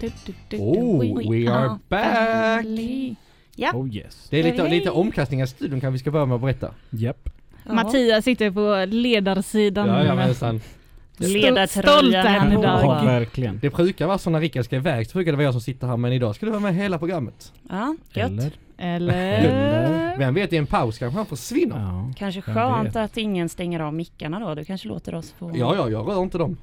Du, du, du, du, Oh, we are back! family. Ja. Oh yes. Det är lite, Hej. lite omkastningar i studion kan vi ska börja med att berätta. Japp. Ja. Mattias sitter på ledarsidan. Jajamensan. Stolt är Ledartröjan han på. idag. Ja, Ja. verkligen. Det brukar vara så när Rickard ska iväg så brukar det vara jag som sitter här men idag ska du vara med hela programmet. gött. Eller? Eller? Eller? Vem vet i en paus kanske han försvinner. Ja. Kanske Vem skönt vet? att ingen stänger av mickarna då. Du kanske låter oss få... Ja, ja, jag rör inte dem.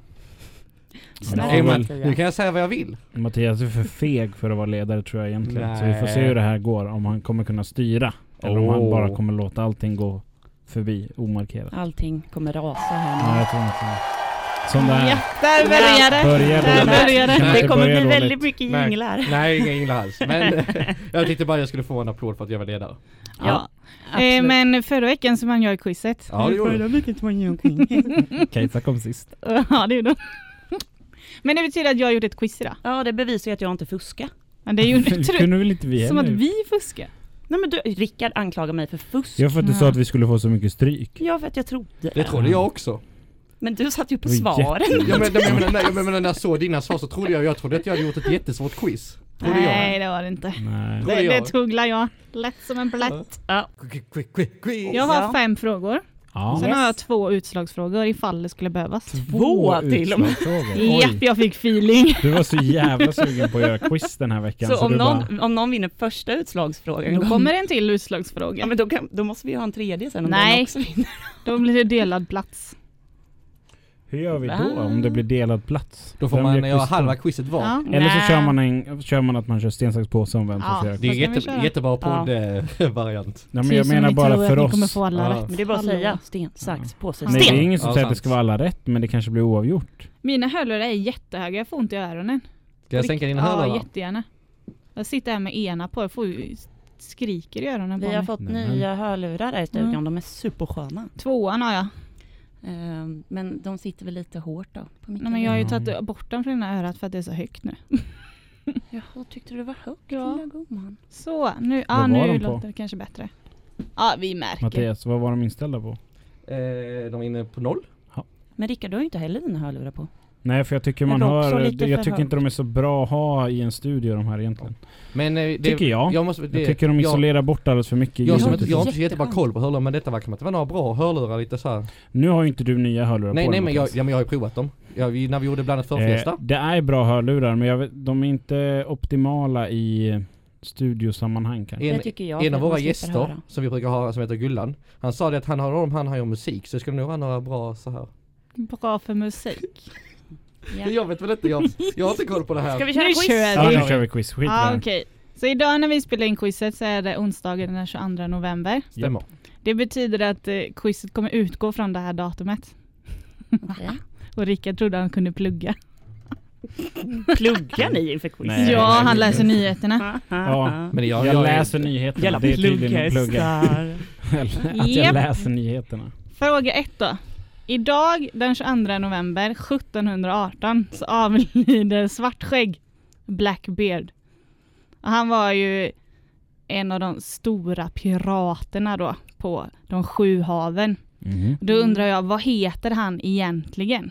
Ja, Nej, men, Mattias. nu kan jag säga vad jag vill. Mattias du är för feg för att vara ledare tror jag egentligen. Så vi får se Nej. hur det här går. Om han kommer kunna styra. Eller om han Oh. bara kommer låta allting gå förbi omarkerat. Allting kommer rasa Ja, här nu. jag tror inte det. Som det här. Där börjar det! Börjar Där dåligt. börjar det. Kan Det inte kommer börja bli dåligt. väldigt mycket Nej. jinglar. Nej, inga jinglar alls. Men jag tyckte bara jag skulle få en applåd för att jag var ledare. Ja. Eh, men förra veckan så vann jag quizet. Ja, det gjorde du. Kajsa kom sist. Ja, det gjorde hon. Men det betyder att jag gjorde ett quiz idag. Ja, det bevisar ju att jag inte fuskar. Men det gjorde inte du. kunde väl inte vi Som att heller? vi fuskar. Nej men du, Rickard anklagar mig för fusk. Jag för att du sa Ja. att vi skulle få så mycket stryk. Ja, för att jag trodde Det trodde jag också. Men du satt ju på Det var svaren. Ja, men, jag menar, när- jag menar när jag såg dina svar så trodde jag, jag trodde att jag hade gjort ett jättesvårt quiz. Trodde Nej, det var det inte. Nej. Trodde Det, det jag. tugglar jag. Lätt som en plätt. Quick, quick, quick, quick. Jag har Ja. fem frågor. Ja. Sen har jag Yes. två utslagsfrågor ifall det skulle behövas. Två till och med. utslagsfrågor. Oj. Japp, jag fick feeling. Du var så jävla sugen på att göra quiz den här veckan. Så, Så om du någon, bara, om någon vinner första utslagsfrågan, Då då, kommer det en till ja, utslagsfråga. men då, kan, då måste vi ha en tredje sen om Nej. den också vinner. Då blir det delad plats. hur gör vi då Va? om det blir delad plats? Då får Vem man blir göra quizton? halva quizet var. Ja. Eller så Nej. kör man, en, kör man att man kör sten, sax, påse om vem som Ja. får göra Det är Vad quiz. ska vi jätte, köra? jättebra poddvariant. Nej, men jag Tusen menar ni bara tror att för ni kommer oss. få alla Ja. rätt. Men det är bara att Hallå. säga sten, sax, påse, Nej, Nej, det är sten. ingen som Ja, säger att det sant. ska vara alla rätt, men det kanske blir oavgjort. Mina hörlurar är jättehöga, jag får ont i öronen. Ska jag sänka dina Ja, hörlurar? jättegärna. Jag sitter här med ena på, jag får ju skriker i öronen på Vi har mig. fått Nej. nya hörlurar här i studion, Mm. de är supersköna. Tvåan har jag. Ehm, men de sitter väl lite hårt då? På Nej, micken. men jag har ju Ja. tagit bort den från ena örat för att det är så högt nu. Jaha, tyckte du det var högt Ja. lilla gumman? Så, nu, ah, var nu de på? låter det kanske bättre. Ja, vi märker. Mattias, vad var de inställda på? Eh, de är inne på noll. Men Rickard, du har ju inte heller dina hörlurar på. Nej, för jag tycker Men man det är också hör... lite Jag för tycker inte de är så bra att ha i en studio de här egentligen. Men eh, det, Tycker jag. jag, måste, det, jag tycker de jag, isolerar bort alldeles för mycket jag, ljud. som inte, jag har inte så Jättebra. jättebra koll på hörlurar men detta verkar inte vara några bra hörlurar lite så här. Nu har ju inte du nya hörlurar Nej på nej dig, men jag, Mattias. ja, men jag har ju provat dem. Ja, vi, när vi gjorde bland annat förfesta. Eh, det är bra hörlurar, men jag vet, de är inte optimala i studiosammanhang kanske. Det en, tycker jag. en av för våra man slipper gäster höra. som vi brukar ha som heter Gullan. Han sa det att han har dem, han har ju musik så det skulle nog vara några bra så här. Bra för musik. Ja. Jag vet väl inte, jag, jag har inte koll på det här. Ska vi köra Nu quiz? kör Ja, vi. nu kör vi quiz. Skit i det Ah, här. okej. Så idag när vi spelar in quizet så är det onsdagen den 22 november. Stämmer. Det betyder att eh, quizet kommer utgå från det här datumet. Okej. Och Rickard trodde han kunde plugga. Pluggar ni inför quiz? Nej. ja, han läser nyheterna. Ja. Men jag, Jag, jag, läser nyheterna. Jävla det är tydligen att plugga. pluggarstar. Eller att jag Japp. läser nyheterna. Fråga ett då. Idag den 22 november 1718 så avlider Svartskägg Blackbeard. Och han var ju en av de stora piraterna då på de sju haven. Då undrar jag, vad heter han egentligen?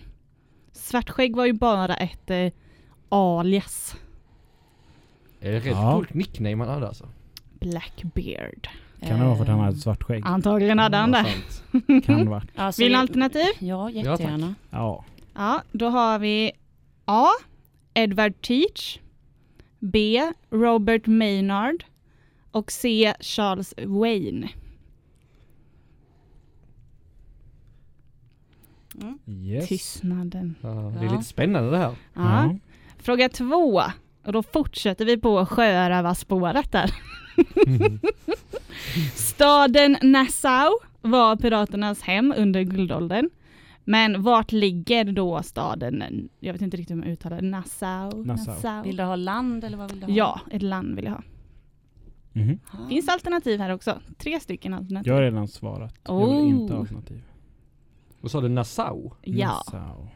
Svartskägg var ju bara ett eh, alias. Det är rätt Ja. coolt nickname han hade alltså. Blackbeard. Kan det vara för att han har ett svart skägg? Ah. Antagligen hade han Ja, det. sant. Kan vara. Alltså, Vill ni jag- alternativ? Ja, Ja, tack. jättegärna. Ja. Ja, då har vi A. Edward Teach B. Robert Maynard och C. Charles Wayne. Yes. Tystnaden. Ja, det är Ja. lite spännande det här. Ja. Ja. Mhm. Fråga två. Och då fortsätter vi på sjörövarspåret där. Staden Nassau var piraternas hem under guldåldern. Men vart ligger då staden, jag vet inte riktigt hur man uttalar det, Nassau? Nassau. Vill du ha land eller vad vill du ha? Ja, ett land vill jag ha. Mhm. Ah. Finns det alternativ här också? Tre stycken alternativ. Jag har redan svarat. Jag vill inte ha alternativ. Vad sa du, Nassau? Ja, Nassau. Mm.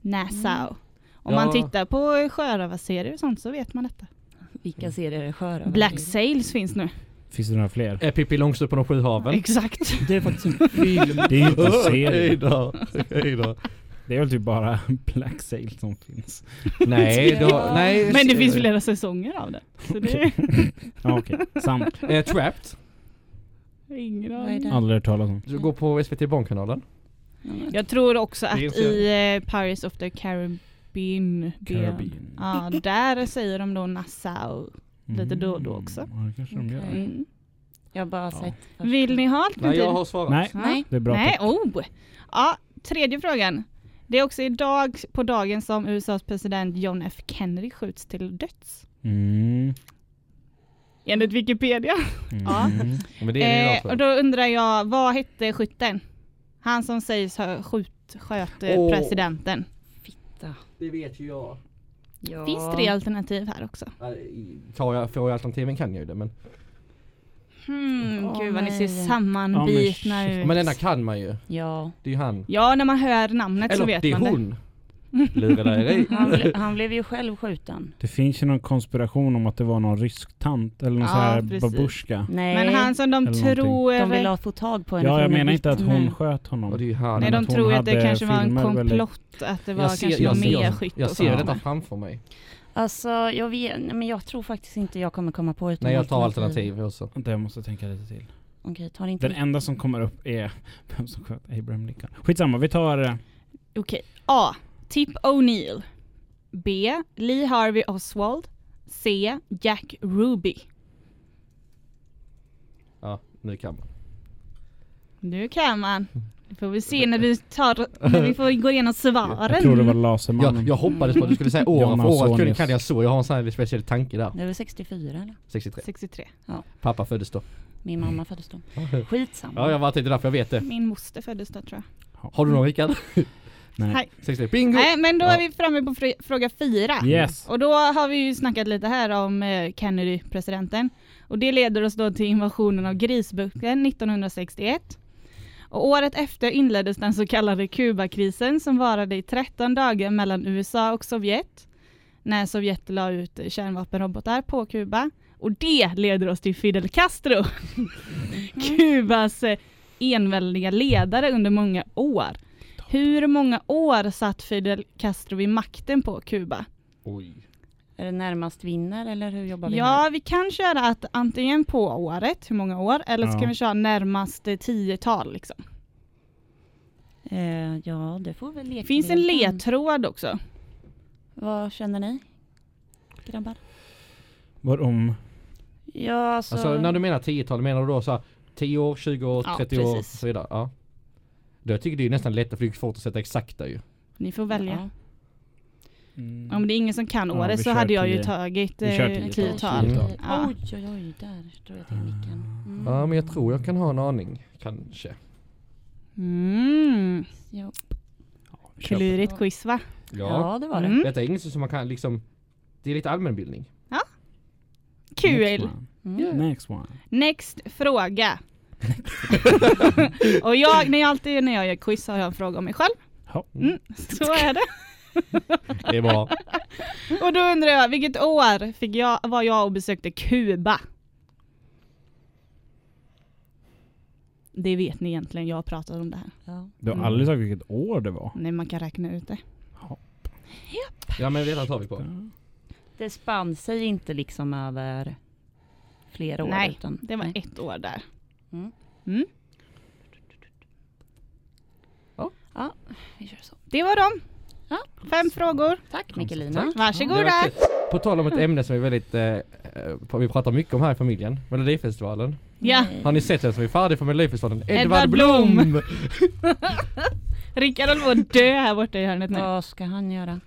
Nassau. Om Ja. man tittar på sjörövarserier och sånt så vet man detta. Vilka serier är sjörövare? Mm. Black Sails finns nu. Finns det några fler? Är Pippi Långstrump på de sju haven? Exakt. Det är ju inte en Hej serie. då, hej då. Det är väl typ bara Black Sail som finns. Nej, då, Ja. nej. Men det eh, finns flera säsonger av det. Så det är Ja, okej. Sant. Eh, Trapped. ingen Vad är aning. det? Aldrig hört talas om. Du går på SVT Barnkanalen. Jag tror också att Det är i eh, Pirates of the Caribbean, Caribbean. Karabin. Ja, där säger de då Nassau. lite då och då också. Ja, det kanske de gör. Okej. Mm. Jag har bara Ja. sett första. Vill ni ha alternativ? Nej, jag har svarat. Nej, Ja. Nej. det är bra. Nej, oh! Ja, tredje frågan. Det är också idag på dagen som USAs president John F Kennedy skjuts till döds. Mm. Enligt Wikipedia. Mm. Ja. Men det är Eh, eh, och då undrar jag, vad hette skytten? Han som sägs ha skjut, sköt eh, Åh. presidenten. Fitta. Det vet ju jag. Ja. Finns tre alternativ här också. Eh, Tar jag, får jag alternativen kan jag ju det men. Hmm, Åh, gud vad ni ser nej. sammanbitna Ja, men ut. shit. Men denna kan man ju. Ja. Det är ju han. Ja, när man hör namnet så Eller vet det är man det. hon. Lurendrejeri. Han, ble, han blev ju själv skjuten. Det finns ju någon konspiration om att det var någon rysk tant eller någon Ja, så här precis. Mm. babuska. Nej. Men han som de Eller någonting. tror... De ville ha få tag på henne. Ja, för jag hon är menar inte att vittne. hon sköt honom. Och det är ju han. Nej, Men de att hon tror ju att hade det kanske var en filmer eller- komplott, att det var kanske jag, någon ser- mer jag, skytt jag och ser sånt. detta framför mig. Alltså, jag vet, nej, men jag tror faktiskt inte jag kommer komma på ett Nej Mm. jag tar alternativ också. Vänta, jag måste tänka lite till. Okej, tar inte Den enda som kommer upp är vem som sköt Abraham Lincoln. Skitsamma, vi tar... eh, Okej. A. Tip O'Neill. B. Lee Harvey Oswald. C. Jack Ruby. Ja, nu kan man. Nu kan man. Det får vi se när vi, tar, när vi får gå igenom svaren. Jag tror det var Lasermannen. Jag, jag hoppades på att du skulle säga år Jonas för år att kunde Sonius. kan jag så. Jag har en sån här speciell tanke där. Det var 64 eller? 63. 63. Pappa föddes då. Min mamma föddes då. Skitsamma. Ja jag var inte därför jag vet det. Min moster föddes då tror jag. Har du någon Rickard? Nej. 63. Bingo! Nej men då Ja. är vi framme på fr- fråga fyra. Yes. Och då har vi ju snackat lite här om eh, Kennedy-presidenten. Och det leder oss då till invasionen av Grisbukten 1961. Och året efter inleddes den så kallade Kubakrisen som varade i 13 dagar mellan USA och Sovjet. När Sovjet la ut eh, kärnvapenrobotar på Kuba. Och det leder oss till Fidel Castro. Kubas eh, enväldiga ledare under många år. Hur många år satt Fidel Castro vid makten på Kuba? Oj. Är det närmast vinner eller hur jobbar vi här? Ja, vi kan köra att antingen på året, hur många år, eller så Ja. kan vi köra närmaste tiotal. Liksom. Eh, ja, det får väl leka. Det finns en ledtråd också. Vad känner ni? Grabbar? Var om... Ja, alltså... Alltså när du menar 10-tal, menar du då så här 10 år, 20 år, Ja, 30 år och precis. så vidare? Ja. Då jag tycker det är nästan lättare för det är svårt att sätta exakta ju. Ni får välja. Ja. Mm. Om det är ingen som kan Ja, vi året så kör hade jag ju tio. tagit Vi kör eh, tiotal. tiotal. Mm. Ja. Oj, oj, oj, där drog jag till micken. Mm. Ja men jag tror jag kan ha en aning. Kanske. Mm. Ja. Ja, vi kör på det. Klurigt quiz va? Ja. ja, det var det. Mm. Detta är inget som man kan liksom Det är lite allmänbildning. Next Kul! one. Mm. Next one. Next fråga. Och jag, när jag alltid när jag gör quiz har jag en fråga om mig själv. Ja. Mm, så är det. Det är bra. Och då undrar jag, vilket år fick jag, var jag och besökte Kuba? Det vet ni egentligen, jag har pratat om det här. Ja. Du har aldrig sagt vilket år det var. Nej, man kan räkna ut det. Ja men redan tar vi på. Det spann sig inte liksom över flera år. Nej, utan, Det var nej. ett år där. Mm. Mm. Vi kör så. Det var dem. Ja. Fem frågor. Tack Mikkelina. Tack. Det Varsågoda. var kul. På tal om ett ämne som är väldigt, eh, eh, vi pratar mycket om här i familjen, Melodifestivalen. Ja, Har ni sett den som är färdig för Melodifestivalen? Edvard Edvard Blom! Rickard håller på att dö här borta i hörnet nu. Vad ska han göra?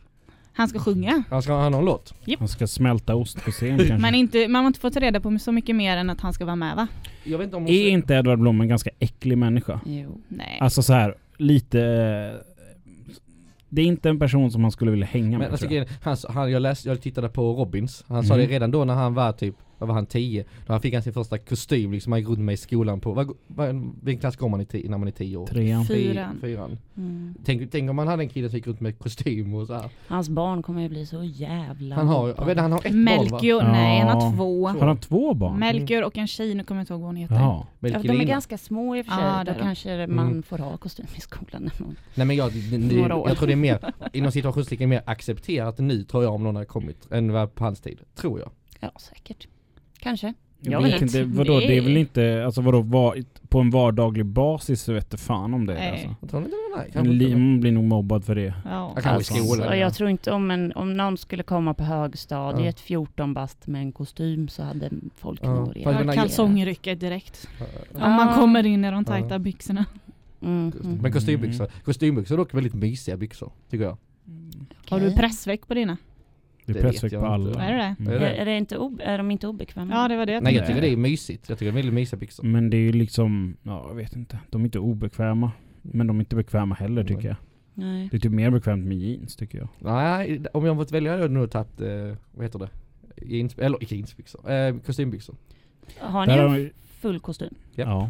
Han ska sjunga. Han ska ha någon låt. Han ska smälta ost på scen kanske. Men inte, man har inte fått reda på så mycket mer än att han ska vara med va? Jag vet inte om hon Är inte Edvard Blom en ganska äcklig människa? Jo. Nej. Alltså så här, lite... eh, Det är inte en person som man skulle vilja hänga Men med alltså, tror jag. grejen- han, sa- han, jag, läste, jag tittade på Robins, han sa Mm. det redan då när han var typ vad var han, 10? Då han fick han sin första kostym liksom, han gick runt med i skolan på, vad, vad, vilken klass går man i ti- när man är 10 år? Trean. Fy- Fyran. Fyran. Mm. Tänk, tänk om man hade en kille som gick runt med kostym och så här. Hans barn kommer ju bli så jävla Han har, jag mobbad. vet, inte, han har ett barn va? Melchior, nej han har Ja. två. Har de två barn? Melchior och en tjej, nu kommer jag inte ihåg vad hon heter. Jaha. Ja, Melchior de är Lina. ganska små i och för sig. Ja, det Då Mm. är de. kanske man får ha kostym i skolan. när man- Nej men jag, det- det- Några år. jag tror det är mer, inom situationstecken mer accepterat nu tror jag om någon har kommit, än vad på hans tid. Tror jag. Ja, säkert. Kanske. Jag Jag vet. vet inte, vadå, det är väl Nej. inte, alltså vadå, va, på en vardaglig basis så vet du fan om det Nej. är alltså. Jag tror inte det var nej. En kanske inte. li, man blir nog mobbad för det. Ja. Jag kanske i skolan. Alltså, ja. jag tror inte om, en, om någon skulle komma på högstadiet 14 bast med en kostym så hade folk Ja, nog fast reagerat. den här- Kalsongrycket direkt. Ja. Om man Ah. kommer in i de Ja. tajta byxorna. Mm, mm. Men kostymbyxor, kostymbyxor är dock väldigt mysiga byxor, tycker jag. Har du pressväck på dina? Det Mm. Det är pressväck vet jag på inte. alla. Är det Är Är, det? är, det inte ob- är de inte obekväma? Ja det var det jag Nej jag Nej. tycker det är mysigt. Jag tycker det är väldigt mysiga byxor. Men det är ju liksom, ja jag vet inte. De är inte obekväma. Men de är inte bekväma heller tycker jag. Nej. Det är typ mer bekvämt med jeans tycker jag. Nej, om jag fått välja hade jag nog tagit, eh, vad heter det? Jeans, eller inte jeansbyxor, eh, kostymbyxor. Har ni Där en har de- full kostym? Japp. ja,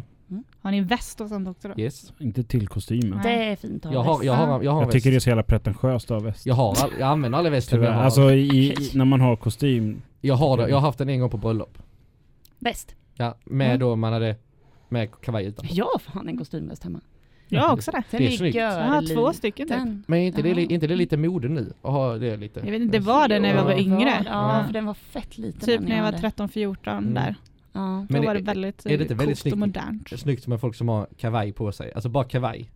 Har ni väst och sånt också då? Yes. inte till kostymen. Nej. Det är fint att Jag har, jag har, jag har en Jag tycker det är väst. så jävla pretentiöst av väst. Jag har, all- jag använder aldrig västen. Jag Tyvärr. har, Alltså i, i, när man har kostym. jag har det, jag har haft den en gång på bröllop. Väst. Ja, med Mm. då man hade, med kavaj utan. Jag har fan en kostymväst hemma. Jag har också det. Den Det är är snyggt. Jag har två stycken typ. görliten. Men är inte, det, li- Jaha. inte det lite mode nu? Att ha det lite. Jag vet inte, det var det när jag var Ja. Ja, yngre. ja, Ja. för den var fett liten. Typ den när jag var hade. 13-14 Mm. där. Ja. Då Men var det är- väldigt är det inte eh, väldigt coolt och snyggt? modernt. Snyggt med folk som har kavaj på sig. Alltså bara kavaj.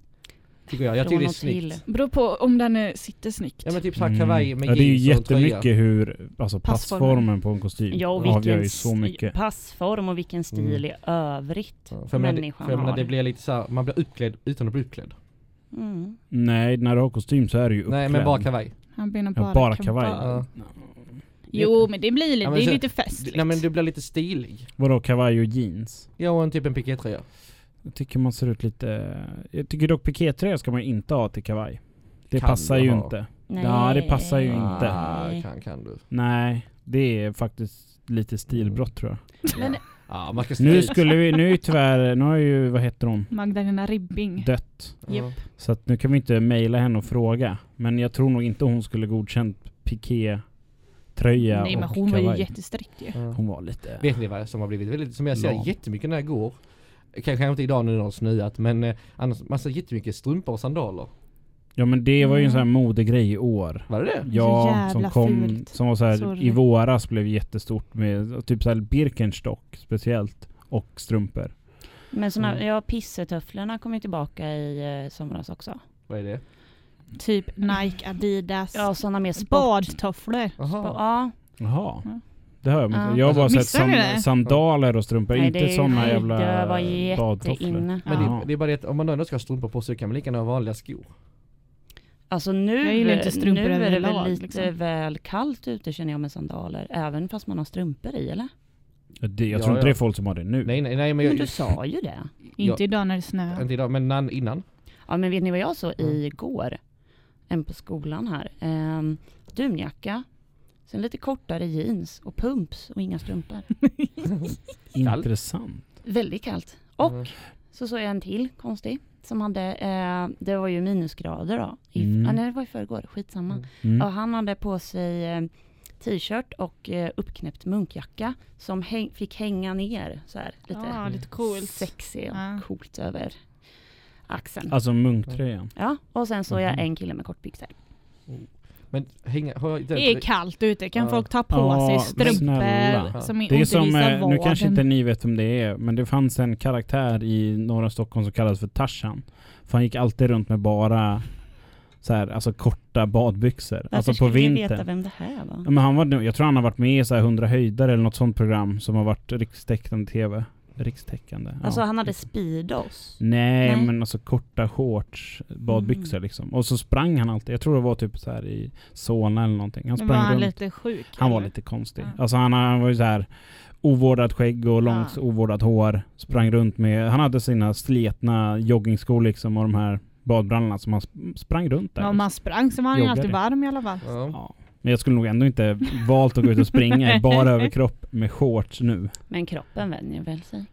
Tycker jag. Jag Från tycker det och är till. snyggt. Beror på om den eh, sitter snyggt. Ja men typ såhär kavaj med Mm. ja, jeans det är ju och en tröja. jättemycket hur, alltså Passformen. passformen på en kostym Ja, och avgör vilken ju så s- mycket. passform och vilken stil Mm. i övrigt Ja, För jag menar, det- människan för jag menar har. det blir lite såhär, man blir uppklädd utan att bli uppklädd. Mm. Nej, när du har kostym så är du ju uppklädd. Nej men bara kavaj. Han blir nog Ja, bara, bara kavaj. kavaj. Ja. Jo men det blir lite, Ja, men det är så- lite liksom. Du, festligt. nej men du blir lite stilig. Vadå kavaj och jeans? Ja och en typ en pikétröja. Jag tycker man ser ut lite... Jag tycker dock pikétröja ska man ju inte ha till kavaj. Det Kan passar du ju ha. inte. Ja, det passar ju inte. Ah, Nej. kan, kan du. Nej, det är faktiskt lite Mm. stilbrott tror jag. Men- Ja man ska Nu skulle vi, nu är ju tyvärr, nu har ju, vad heter hon, Magdalena Ribbing. dött. Ja. Japp. Så att nu kan vi inte mejla henne och fråga. Men jag tror nog inte hon skulle godkänt pikétröja Nej men och hon var ju kavaj. jättestrikt ju. Ja. Hon var lite... Vet ni vad som har blivit väldigt, som jag Lam. ser jättemycket när jag går. Kanske inte idag nu när det har snöat men eh, annars, man ser jättemycket strumpor och sandaler. Ja men det var ju en sån här Mm. modegrej i år. Var det det? Ja, jävla som kom, fult. som var så här, Sorry. i våras blev jättestort med typ så här Birkenstock speciellt och strumpor. Men såna, Mm. ja, pissetöfflorna kom ju tillbaka i eh, somras också. Vad är det? Typ Nike, Adidas, Ja, sådana mer sport. badtofflor. Ba- Jaha. Ja, Jaha. Ja. Det har jag missat. Ja. Jag har bara Missade sett sam- ni det? sandaler och strumpor, nej, inte det, sådana nej, jävla det var badtofflor. jätteinne. Men Ja. det, det är bara det att om man ändå ska ha strumpor på sig kan man lika gärna ha vanliga skor. Alltså nu, Jag gillar inte strumpor nu är det överlag, väl lite liksom. väl kallt ute känner jag med sandaler. Även fast man har strumpor i eller? Ja, Det, jag Ja, tror inte det ja. är folk som har det nu. Nej nej nej men Men jag... du sa ju det. Inte idag när det snöar. jag, inte idag men nan- innan. Ja men vet ni vad jag såg Mm. igår? En på skolan här. Ehm, dunjacka, sen lite kortare jeans och pumps och inga strumpor. Intressant. Väldigt kallt. Och Mm. så såg jag en till konstig som hade, eh, det var ju minusgrader då. I, Mm. ah, nej det var i förrgår, skitsamma. Mm. Mm. Och han hade på sig eh, t-shirt och eh, uppknäppt munkjacka som häng, fick hänga ner så här lite Mm. Ja, lite coolt. sexy och Ja. coolt över axeln. Alltså munktröjan. Ja, och sen såg jag Mhm. en kille med kortbyxor. Men hänga, har jag, Det är kallt ute, kan Ja. folk ta på Ja, men sig strumpor snälla. som inte Det är som, visar eh, nu vaden? kanske inte ni vet vem det är, men det fanns en karaktär i norra Stockholm som kallades för Tarzan. För han gick alltid runt med bara så här, alltså korta badbyxor. alltså på skulle vi veta vintern. vem det här var? Ja, men han var, nu- jag tror han har varit med i så här 100 höjder eller något sånt program som har varit rikstäckande tv. Rikstäckande. ja. Alltså han hade speedos. Nej, Nej. men alltså korta shorts, badbyxor Mm. liksom. Och så sprang han alltid. Jag tror det var typ så här i Solna eller någonting. Han Men sprang var han runt. lite sjuk? Han var eller? lite konstig. Ja. Alltså han, han var ju så här ovårdat skägg och långt Ja. ovårdat hår. Sprang runt med, han hade sina sletna joggingskor liksom och de här badbrallorna som han sp- sprang runt där. Men om liksom. han sprang så var han ju Joggade. alltid varm i alla fall. Ja. Ja. Men jag skulle nog ändå inte valt att gå ut och springa i bara överkropp med shorts nu. Men kroppen vänjer väl sig.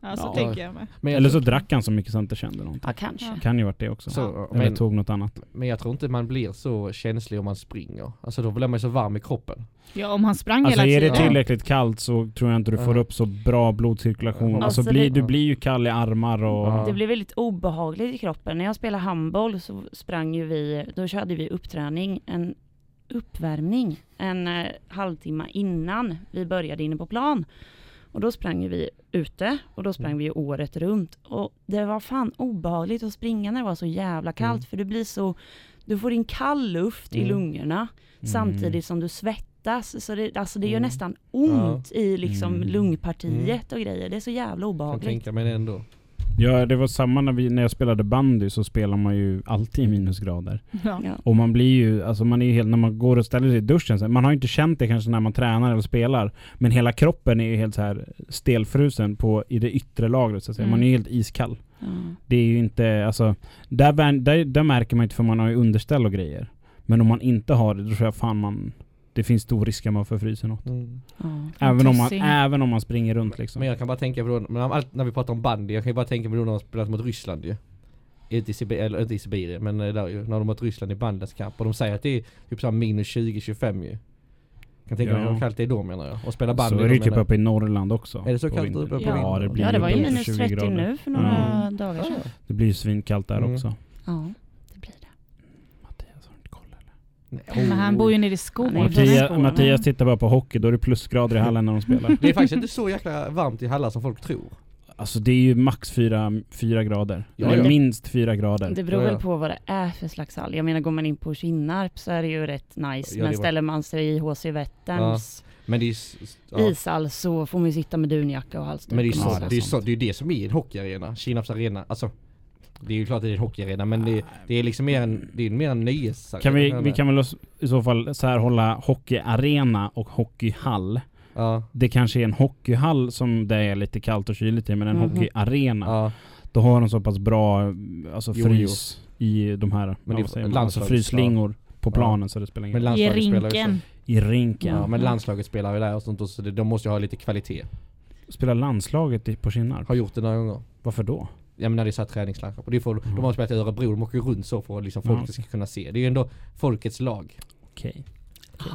Ja, så Ja. tänker jag med. Men jag Eller så tror- drack han så mycket så han inte kände någonting. Ja, kanske. Kan ju varit det också. så, Eller men, tog något annat. men jag tror inte man blir så känslig om man springer. Alltså då blir man ju så varm i kroppen. Ja, om han sprang Alltså hela är det tiden. tillräckligt kallt så tror jag inte du får Ja. upp så bra blodcirkulation. Ja. Alltså, Alltså, blir, det- du blir ju kall i armar och... Ja. Det blev väldigt obehagligt i kroppen. När jag spelade handboll så sprang ju vi, då körde vi uppträning, en uppvärmning, en eh, halvtimme innan vi började inne på plan. Och då sprang ju vi ute och då Mm. sprang vi ju året runt. Och det var fan obehagligt att springa när det var så jävla kallt Mm. för du blir så, du får in kall luft i Mm. lungorna samtidigt som du svettas. Så det, alltså det gör Mm. nästan ont i liksom Mm. lungpartiet och grejer. Det är så jävla Kan obehagligt. tänka mig det ändå. Ja, det var samma när, vi, när jag spelade bandy så spelar man ju alltid i minusgrader. Ja. Ja. Och man blir ju, alltså man är ju helt, när man går och ställer sig i duschen, så här, man har ju inte känt det kanske när man tränar eller spelar. Men hela kroppen är ju helt så här stelfrusen på, i det yttre lagret så att säga. Man är ju helt iskall. Ja. Det är ju inte, alltså, där, vän- där, där märker man inte för man har ju underställ och grejer. Men om man inte har det, då tror jag fan man, det finns stor risk att man förfryser något. Mm. Ja. Även om, man, Intressant. även om man springer runt liksom. Men jag kan bara tänka på då, men allt när vi pratar om bandy, jag kan ju bara tänka på då när de har spelat mot Ryssland ju. Inte i Sibirien, eller inte i Sibirien men eh, där ju, när de mot Ryssland i bandlandskamp och de säger att det är typ såhär minus 20-25 ju. Kan tänka mig Ja. hur kallt det är då menar jag. Och spela bandy så är det ju då, typ menar jag. uppe i Norrland också. Är det så på kallt vintern. uppe på Ja, vintern? det blir Ja det var ju uppemot minus 20 30 grader. nu för några Mm. dagar sedan. Det blir ju svinkallt där Mm. också. Ja, det blir det. Mattias har inte koll eller? Nej. Men han bor ju nere i skogen. Nej, det är Mattias, Skåne. Mattias tittar bara på hockey, då är det plusgrader i hallen när de spelar. Oh. Det är faktiskt inte så jäkla varmt i hallar som folk tror. Alltså det är ju max fyra, fyra grader. Ja, Eller ja. minst fyra grader. Det beror Ja, ja. väl på vad det är för slags hall. Jag menar går man in på Kinnarp så är det ju rätt nice. Ja, det Men var- ställer man sig i HC Vätterns Men det är ju s- s- ja. ishall så får man ju sitta med dunjacka och halsduk. Men det är ju och så, Ja, sådär. det, är ju så, sant. det är ju det som är en hockeyarena. Kinnarps arena. Alltså, det är ju klart att det är en hockeyarena men det, det är liksom mer en, det är mer en nöjesarena. Ah. Kan vi, vi kan väl oss- i så fall särhålla hockeyarena och hockeyhall. Ja, Det kanske är en hockeyhall som det är lite kallt och kyligt i, men en Mhm. hockeyarena. ja. Då har de så pass bra alltså, Jo, jo. frys i de här Men men det- det, man, alltså, landslags- fryslingor på Ja. planen så det spelar ingen Men roll. I landslaget spelar ju rinken. I rinken. Ja, men landslaget spelar ju där och sånt och så det, de måste ju ha lite kvalitet. Spelar landslaget i- på Kinnarp? Har gjort det några gånger. Varför då? Jag menar det är så här träningslandskamp. Och det får, Mm. de har spelat i Örebro, de åker ju runt så för att liksom Ja, folk ska kunna se. Det är ju ändå folkets lag. Okej.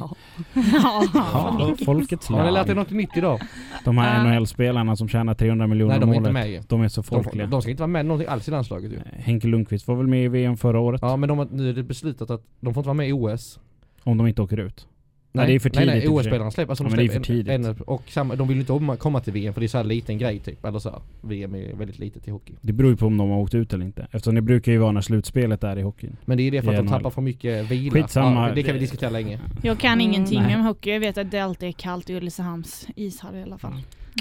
Ja. Ja. Ja, folkets Har ni lärt er lag. något nytt idag? De här Ah. NHL-spelarna som tjänar 300 miljoner Nej om de är inte året. med ju. De är så folkliga. De, de ska inte vara med någonting alls i landslaget ju. Eh, Henke Lundqvist var väl med i VM förra året? Ja men de, har- nu är det beslutat att de får inte vara med i OS. Om de inte åker ut. Nej, det är för Nej, tidigt i och nej för sig. OS-spelarna släpper. Alltså de Ja, men det är släpper för tidigt. En, en, och samma, de vill ju inte om- komma till VM för det är så här liten grej typ. Eller så här, VM är väldigt litet i hockey. Det beror ju på om de har åkt ut eller inte. Eftersom det brukar ju vara när slutspelet är i hockeyn. Men det är det för att de Gärna. tappar för mycket vila. Skitsamma. Ja, det kan vi diskutera länge. Jag kan ingenting Mm, Nej. om hockey. Jag vet att det alltid är kallt i Ulricehamns ishall i alla fall.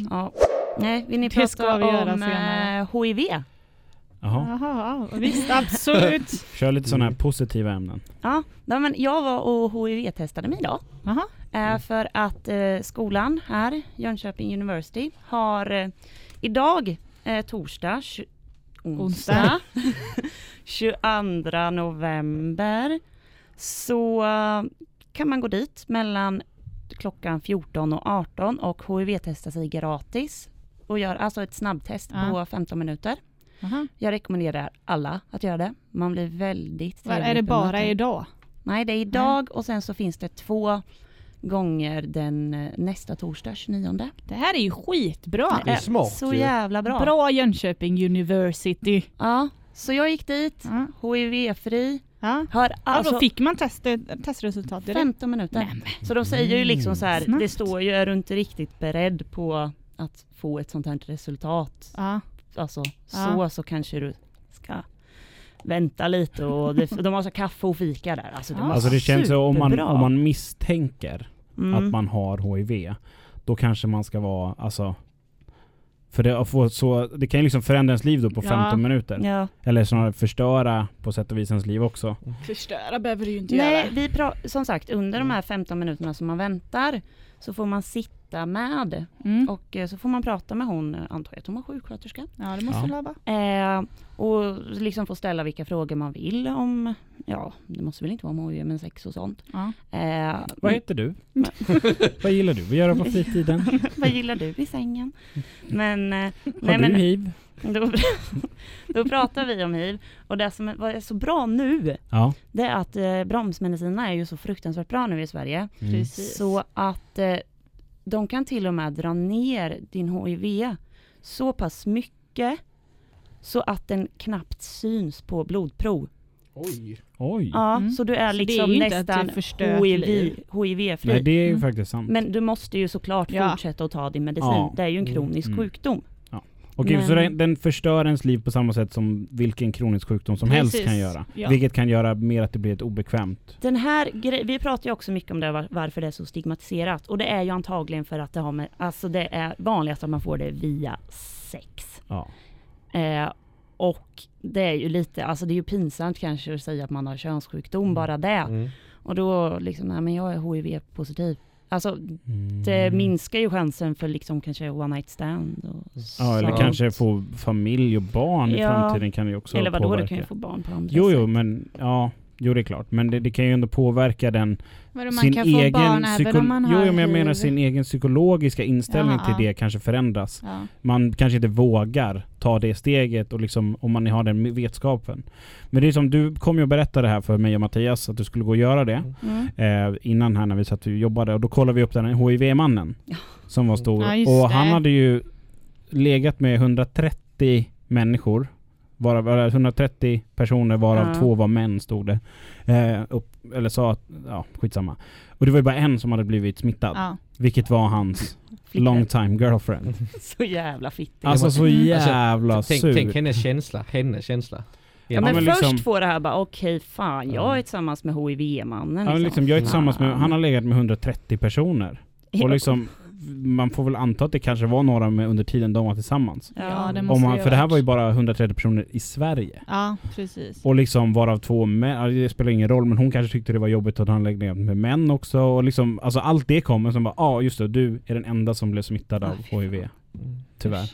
ja. Nej, vill ni Det prata ska vi göra om senare. eh, HIV? Jaha. Jaha, ja, visst absolut. Kör lite sådana här Mm. positiva ämnen. Ja, nej, men jag var och HIV-testade mig idag. Jaha. Mm. Eh, för att eh, skolan här, Jönköping University, har eh, idag, eh, torsdag, tju- onsdag, 22 november, så eh, kan man gå dit mellan klockan 14 och 18 och HIV-testa sig gratis och göra alltså ett snabbtest Ja. på 15 minuter. Jaha. Jag rekommenderar alla att göra det. Man blir väldigt Vad Är trevligt det bara bemöten. idag? Nej, det är idag och sen så finns det två gånger den eh, nästa torsdag, 29. Det här är ju skitbra. Det är smart Så ju. jävla bra. Bra Jönköping University. Ja, så jag gick dit, Ja. HIV-fri, Ja. har Alltså, alltså fick man test, testresultat direkt? 15 minuter. Så de säger ju liksom så här, Snabbt. det står ju, är du inte riktigt beredd på att få ett sånt här resultat, Ja. alltså Ja. så, så kanske du ska vänta lite och det, de har så kaffe och fika där. Alltså det, Ja. var Alltså det känns ju om man, superbra. om man misstänker Mm. att man har HIV, då kanske man ska vara, alltså... För det, att få så, det kan ju liksom förändra ens liv då på Ja. 15 minuter. Ja. Mm. Eller snarare förstöra på sätt och vis ens liv också. Förstöra behöver du ju inte Nej, göra. vi pra- som sagt under de här 15 minuterna som man väntar så får man sitta prata med. Mm. Och eh, så får man prata med hon, eh, antar jag att hon var sjuksköterska. Ja, det måste Ja. väl ha varit. Eh, och liksom få ställa vilka frågor man vill om, ja det måste väl inte vara om oje, men sex och sånt. Ja. Eh, Vad heter du? Vad gillar du att göra på fritiden? vad gillar du i sängen? Men, eh, Har nej, men, du hiv? Då, då pratar vi om hiv. Och det som är, vad är så bra nu, Ja. det är att eh, bromsmedicinerna är ju så fruktansvärt bra nu i Sverige. Mm. Så att eh, de kan till och med dra ner din HIV så pass mycket så att den knappt syns på blodprov. Oj. Oj. Ja, Mm. så du är Så det är liksom ju inte att du nästan förstör HIV, liv. HIV-fri. Nej, det är ju Mm. faktiskt sant. Men du måste ju såklart Ja. fortsätta att ta din medicin. Ja. Det är ju en Mm. kronisk Mm. sjukdom. Okej, så Men- den, den förstör ens liv på samma sätt som vilken kronisk sjukdom som helst Precis, kan göra. ja. Vilket kan göra mer att det blir ett obekvämt. Den här gre- vi pratar ju också mycket om det, var- varför det är så stigmatiserat. Och det är ju antagligen för att det har med, alltså det är vanligast att man får det via sex. Ja. Eh, och det är ju lite, alltså det är ju pinsamt kanske att säga att man har könssjukdom, bara det. Mm. Och då liksom, nej men jag är HIV-positiv. Alltså Mm. det minskar ju chansen för liksom kanske one night stand och Ja, eller sånt. kanske få familj och barn i Ja. framtiden kan ju också Eller vadå, påverka. du kan ju få barn på andra Jo, sätt. jo, men ja. Jo, det är klart. Men det, det kan ju ändå påverka den Vadå, man sin kan egen få barn även psyko- om man jo, har jo, men jag hiv. menar sin egen psykologiska inställning Jaha, till ja. det kanske förändras. Ja. Man kanske inte vågar ta det steget och liksom om man har den vetskapen. Men det är som du kom ju och berättade här för mig och Mattias att du skulle gå och göra det Mm. eh, innan här när vi satt och jobbade och då kollade vi upp den här HIV-mannen som var stor. Ja, just och han det. hade ju legat med 130 människor. Varav, eller 130 personer varav Ja. två var män stod det. Eh, upp, eller sa att, ja skitsamma. Och det var ju bara en som hade blivit smittad. Ja. Vilket var hans Flickor. long time girlfriend. Så jävla fittigt. Alltså så Mm. jävla Tänk, sur. tänk hennes känsla, hennes känsla. Ja, men, men först liksom- får det här bara, okej fan, jag Ja. är tillsammans med HIV-mannen. Ja, men liksom, jag är tillsammans med, han har legat med 130 personer. Och liksom, man får väl anta att det kanske var några med under tiden de var tillsammans. Ja, det Om måste man, ju för det här varit. var ju bara 130 personer i Sverige. Ja, precis. Och liksom varav två män, alltså det spelar ingen roll men hon kanske tyckte det var jobbigt att han lägger ner med män också. Och liksom, alltså allt det kommer som bara, ja ah, just det, du är den enda som blev smittad Ah, av fy HIV. Tyvärr.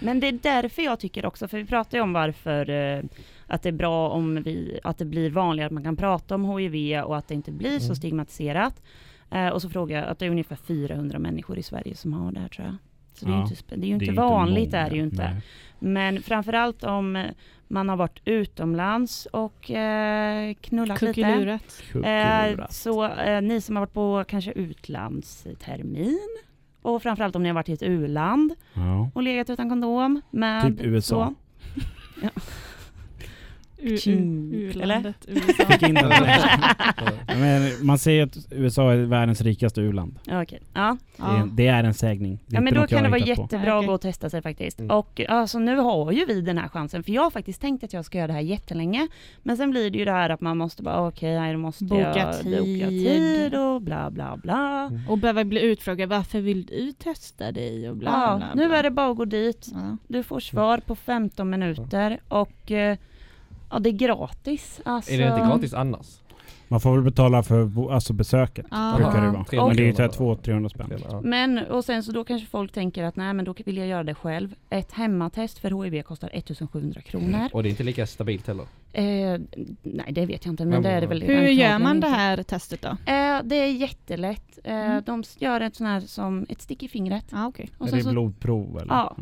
Men det är därför jag tycker också, för vi pratar ju om varför eh, att det är bra om vi, att det blir vanligare att man kan prata om HIV och att det inte blir så Mm. stigmatiserat. Eh, och så frågar jag att det är ungefär 400 människor i Sverige som har det här tror jag. Så det är ju Ja, inte, spe- det är ju inte Det är vanligt, många, är det ju inte. nej. Men framförallt om eh, man har varit utomlands och eh, knullat lite. Kuckeluret. Eh, så eh, ni som har varit på kanske utlandstermin och framförallt om ni har varit i ett u-land Ja. och legat utan kondom med Typ USA. Så. Tjing. U-landet USA. Fick in den där. Ja, Men man säger att USA är världens rikaste u-land. Ja, Okej. Ja. Det är- Ja. Det är en sägning. Det är ja, men inte då något jag kan det har vara hittat på. jättebra Nej, att okej. gå och testa sig faktiskt. Mm. Och alltså, nu har ju vi den här chansen, för jag har faktiskt tänkt att jag ska göra det här jättelänge. Men sen blir det ju det här att man måste bara, okej, nej, då måste Boka jag boka tid. tid och bla bla bla. Mm. Och behöva bli utfrågad varför vill du testa dig och bla bla. Ja, bla. nu är det bara att gå dit. Ja. Du får svar på 15 minuter och eh, ja, det är gratis. Alltså, Är det inte gratis annars? Man får väl betala för bo- alltså besöket. Ja. Brukar det Tre- vara. Men det är ju såhär tre- 200-300 spänn. Ja. Men och sen så då kanske folk tänker att nej men då vill jag göra det själv. Ett hemmatest för HIV kostar 1700 kronor. Och det är inte lika stabilt heller. Eh, nej det vet jag inte men Men det är det väl Hur gör antagligen man det inte. här Mm. testet då? Eh, det är jättelätt. Eh, De gör ett sån här som ett stick i fingret. Ja, okej. Och är sen det så, blodprov eller? Ja.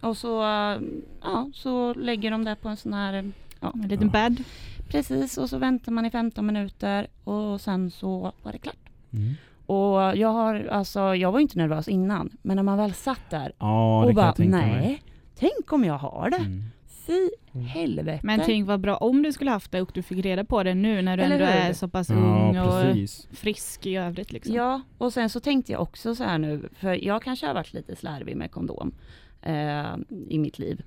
och så, eh, ja, så lägger de det på en sån här eh, Ja, En liten Ja. bad. precis och så väntar man i 15 minuter och sen så var det klart. Mm. Och jag har, alltså jag var ju inte nervös innan, men när man väl satt där Ja, och det kan bara jag tänka mig. nej, tänk om jag har det. Mm. Fy Mm. helvete. Men tänk vad bra om du skulle haft det och du fick reda på det nu när du Eller ändå hur? är så pass ung Ja, och precis. frisk i övrigt liksom. Ja, och sen så tänkte jag också så här nu, för jag kanske har varit lite slarvig med kondom eh, i mitt liv.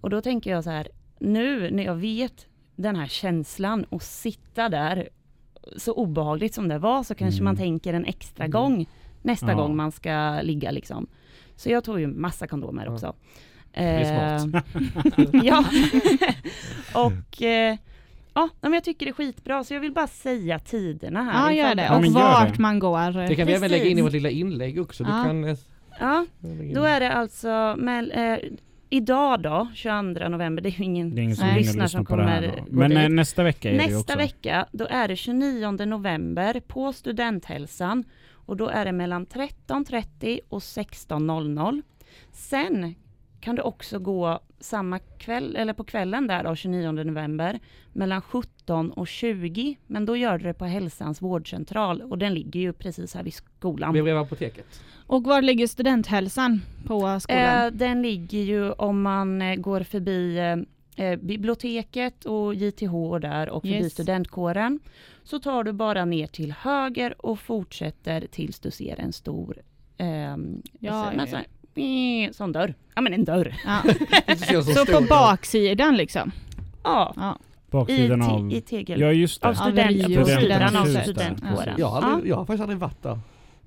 Och då tänker jag så här, nu när jag vet den här känslan och sitta där, så obehagligt som det var, så kanske Mm. man tänker en extra Mm. gång nästa Ja. gång man ska ligga liksom. Så jag tog ju massa kondomer Eh, Ja. också. är smart. Eh, ja, och eh, Ja, men jag tycker det är skitbra så jag vill bara säga tiderna här. Ja, gör ifall- det. Ja, Och men gör vart det. man går. Det kan vi även lägga in i Precis. vårt lilla inlägg också. Du Ja. kan... eh, Ja, lägga in- då Mm. är det alltså mell- eh, idag då, 22 november, det är ju ingen, Det är ingen som Nej. hinner lyssnar lyssna som på det här. kommer då. gå Men dit. eh, nästa vecka är det ju Nästa också. vecka, då är det 29 november på Studenthälsan och då är det mellan 13.30 och 16.00. Sen kan du också gå samma kväll, eller på kvällen där då, 29 november, mellan 17 och 20, men då gör du det på Hälsans vårdcentral och den ligger ju precis här vid skolan. Bredvid apoteket. Och var ligger studenthälsan på skolan? Eh, den ligger ju om man eh, går förbi eh, eh, biblioteket och JTH och där och förbi Yes. studentkåren. Så tar du bara ner till höger och fortsätter tills du ser en stor ehm, Ja, så- ja, men så här, eh, sån dörr. Ja men en dörr. Ja. Så, Så på baksidan liksom? Ja, Ja. i, Baksidan te- i av... tegel. Ja just Av det. student, Rio. på Student- sidan av Precis. studentkåren. Jag, har Ja. aldrig, jag har faktiskt aldrig varit där.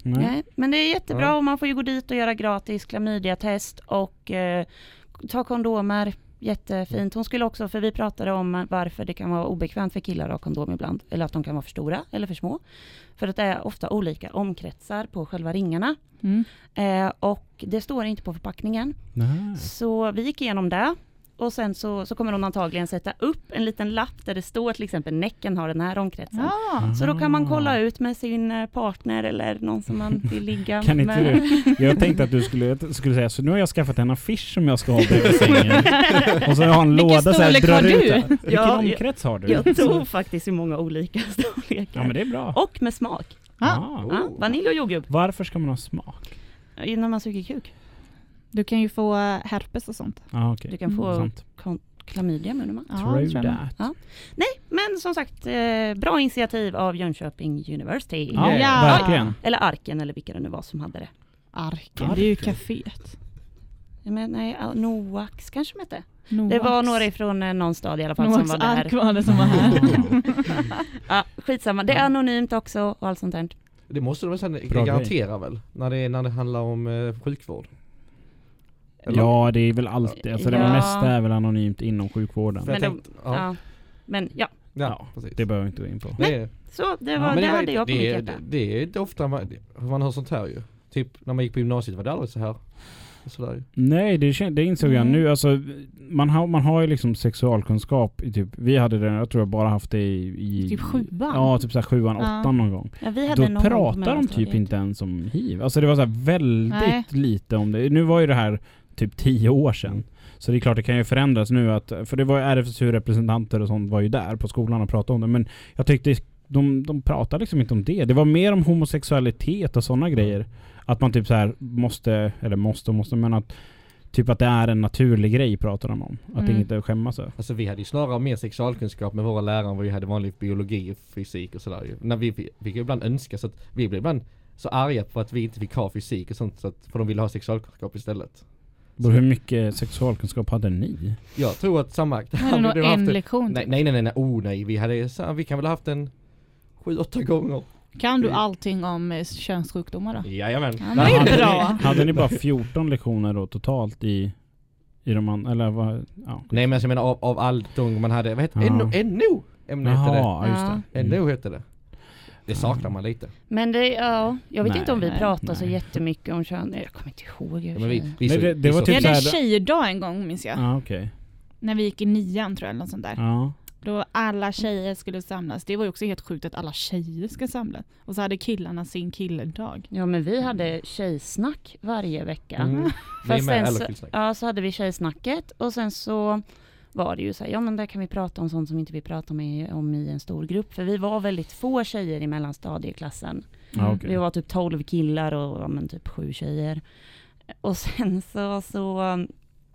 Nej. Nej, men det är jättebra Ja. och man får ju gå dit och göra gratis klamydiatest och eh, ta kondomer. Jättefint. Hon skulle också, för vi pratade om varför det kan vara obekvämt för killar att ha kondom ibland, eller att de kan vara för stora eller för små. För att det är ofta olika omkretsar på själva ringarna. Mm. Eh, och det står inte på förpackningen. Nej. Så vi gick igenom det. Och sen så, så kommer hon antagligen sätta upp en liten lapp där det står till exempel näcken har den här omkretsen. Ja. Så då kan man Ah. kolla ut med sin eh, partner eller någon som man vill ligga Kan inte med. du? Jag tänkte att du skulle, att du skulle säga så nu har jag skaffat en affisch som jag ska ha bredvid sängen. Och så har jag en Vilken låda så jag storlek drar har ut du? den. Vilken Ja, omkrets har du? Jag tog faktiskt i många olika storlekar. Ja men det är bra. Och med smak. Ah. Ja, vanilj och jordgubb. Varför ska man ha smak? Innan man suger kuk. Du kan ju få eh, herpes och sånt. Ah, okej. Du kan få Sant. klamydia med man. Ja, det True tror jag med. that. Men som sagt, eh, bra initiativ av Jönköping University. Ja, Ja. verkligen. Eller Arken eller vilka det nu var som hade det. Arken, det är ju kaféet. Ja, Men, nej, ah, Noax kanske de hette. Noaks. Det var några ifrån eh, någon stad i alla fall som Noaks var ark där. var det som var här. Ja, skitsamma, det är anonymt också och allt sånt där. Det måste de väl sen grej. garantera väl? När det, när det handlar om eh, sjukvård. Eller? Ja det är väl alltid, alltså det Ja. mesta är väl anonymt inom sjukvården. För jag Men tänkte, Ja. ja, ja, Men ja, Ja, precis. Det behöver vi inte gå in på. Det är- så det, Ja, var, men det, var- hade jag på mitt det, hjärta. det, det är inte ofta man, det- man hör sånt här ju. Typ när man gick på gymnasiet var det aldrig så här. Sådär ju. Nej, det, kän- det insåg jag Nej. nu. Alltså, man, har, man har ju liksom sexualkunskap i typ, vi hade det, jag tror jag bara haft det i... i Typ sjuan. Ja, typ såhär sjuan, Ja. åttan någon gång. Ja, vi hade Då någon på pratar de typ mellanstadiet. inte ens om hiv. Alltså det var så här väldigt Nej. lite om det. Nu var ju det här typ tio år sedan. Så det är klart det kan ju förändras nu att, för det var ju RFSU-representanter och sånt var ju där på skolan och pratade om det. Men jag tyckte de, de pratade liksom inte om det. Det var mer om homosexualitet och sådana grejer. Att man typ så här måste, eller måste och måste, men att typ att det är en naturlig grej pratar de om. Att Mm. det inte är att skämmas över. Alltså vi hade ju snarare mer sexualkunskap med våra lärare än vad vi hade vanlig biologi och fysik och sådär ju. När vi fick fick ju ibland önska så att vi blev ibland så arga på att vi inte fick ha fysik och sånt så att, för de ville ha sexualkunskap istället. Och Hur mycket sexualkunskap hade ni? Jag tror att samma... Var det nog vi har haft en det- lektion? Nej, typ? nej, nej, nej, nej, oh nej. Vi hade, så- vi kan väl ha haft en sju, åtta gånger. Kan du allting om eh, könssjukdomar då? Jajamän. Ja, men det är hade bra. Ni, hade ni bara 14 lektioner då totalt i, i de andra, eller vad? Ja, Nej men alltså, jag menar av, av allt ung man hade, vad hette Ja. det? NO? Ämne hette det. Jaha, just det. Mm. NO hette det. Det saknar man lite. Men det, ja, jag vet Nej, inte om vi nej, pratar så nej. jättemycket om kön. Jag kommer inte ihåg. i och för Ja, men sig. vi, vi Nej, så, det- det vi var Vi så, Typ hade så här- tjejdag en gång minns jag. Ja, okej. När vi gick i nian tror jag eller något sånt där. Ja. Då alla tjejer skulle samlas. Det var ju också helt sjukt att alla tjejer ska samlas. Och så hade killarna sin killedag. Ja men vi hade tjejsnack varje vecka. Mm. Vi är Fast med sen alla så, killsnack. ja, så hade vi tjejsnacket och sen så var det ju så här, ja men där kan vi prata om sånt som inte vi pratar om i, om i en stor grupp. För vi var väldigt få tjejer i mellanstadieklassen. Ja, Vi Mm. okej. var typ 12 killar och ja, men typ sju tjejer. Och sen så, så um,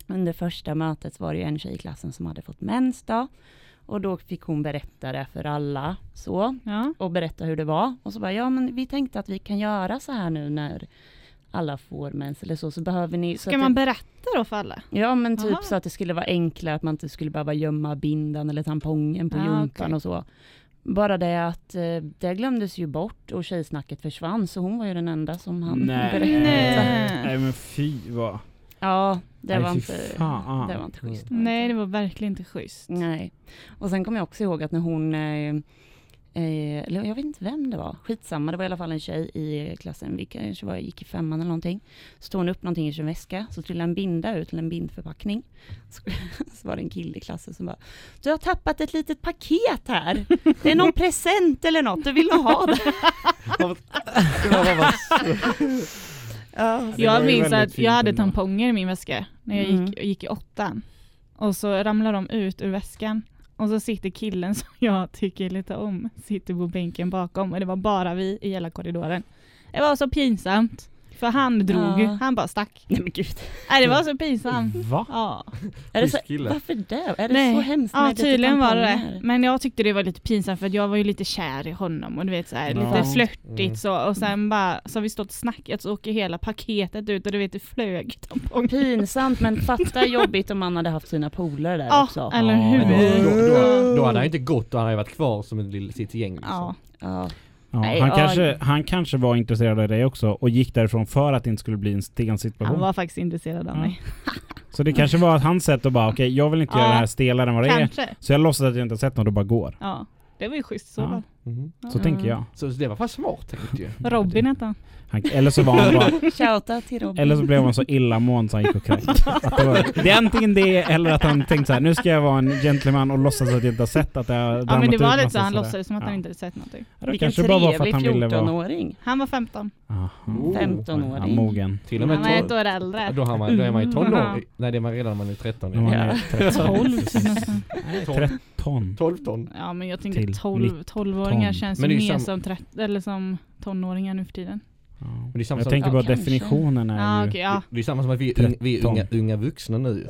under första mötet var det ju en tjej i klassen som hade fått mens då. Och då fick hon berätta det för alla så Ja. och berätta hur det var. Och så bara, ja men vi tänkte att vi kan göra så här nu när alla får mens eller så, så behöver ni... så Ska att man det, berätta då för alla? ja men typ Aha. så att det skulle vara enklare, att man inte skulle behöva gömma bindan eller tampongen på Ah, jumpan okej. och så. Bara det att eh, det glömdes ju bort och tjejsnacket försvann, så hon var ju den enda som han Nej. berättade. Nej. Nej men fy vad. Ja, det, Nej, var, fy inte, fan. det var inte schysst. Nej, det var verkligen inte schysst. Nej. Och sen kommer jag också ihåg att när hon, eh, eh, eller jag vet inte vem det var, skitsamma, det var i alla fall en tjej i klassen, vi kanske var, jag gick i femman eller någonting. Så tog hon upp någonting i sin väska, så trillade en binda ut, eller en bindförpackning. Så, så var det en kille i klassen som bara, du har tappat ett litet paket här. Det är någon present eller något, du vill nog ha det. Ja, Alltså, Jag var ju minns väldigt att fint jag hade ändå. tamponger i min väska när jag Mm. gick, gick i åttan. Och så ramlar de ut ur väskan. Och så sitter killen som jag tycker lite om, sitter på bänken bakom. Och det var bara vi i hela korridoren. Det var så pinsamt. För han drog, Ja. han bara stack. Nej men gud. Nej, det var så pinsamt. Va? Ja, Är det så, Schysst kille. varför det? Är det Nej. så hemskt med ja lite tydligen var det det. tamponger? Men jag tyckte det var lite pinsamt för att jag var ju lite kär i honom och du vet så här, Ja. lite flörtigt Mm. så. Och sen bara, så har vi stått och snackat så åker hela paketet ut och du vet det flög tamponger. Pinsamt men fatta jobbigt om man hade haft sina polare där Ja, också. eller Ja, hur? Men Då, då, då hade han inte gått, då hade han ju varit kvar som en lill, sitt gäng liksom. Ja. Ja. Ja, Nej, han, ja. kanske, han kanske var intresserad av dig också och gick därifrån för att det inte skulle bli en Han stensituation. var faktiskt intresserad av Ja. mig. Så det kanske var att han sätt att bara okej, jag vill inte Ja. göra det här stelare än vad det är. Kanske. Så jag låtsas att jag inte har sett något och bara går. Ja. Det var ju schysst så Ja. fall. Mhm. Så Mm. Ja. tänker jag. Så, så det var fan smart tänkt ju. Robin hette han. Han, eller, så var han bara, Shoutout till Robin. eller så blev han så illamående så han gick och kräktes. Att det, var, det är antingen det eller att han tänkte så här: nu ska jag vara en gentleman och låtsas att jag inte har sett att det har Ja ramlat men det ut var lite massa så, han sådär. låtsades som att han Ja. inte hade sett någonting. Ja, Det Vilken kanske bara var för att trevlig han ville vara... 14-åring. Han var 15. Aha. Oh. 15-åring. Ja, mogen. Till och Han med var ett tolv- år äldre. Då, har man, då är man ju Mm. tonåring. Nej det är man redan när man är 13. När man Ja. är 13. 12 typ nästan. Nej, 13. 12 ton. Ja men jag tänker Till 12, 12-åringar känns ju Men det är ju mer sam- som, 30, eller som tonåringar nu för tiden. Ja. det är samma Jag sak- tänker Ja, bara kanske. definitionen är Ja ju... okej, ja. Det är ju samma som att vi är, un, vi är unga, unga vuxna nu. Mm.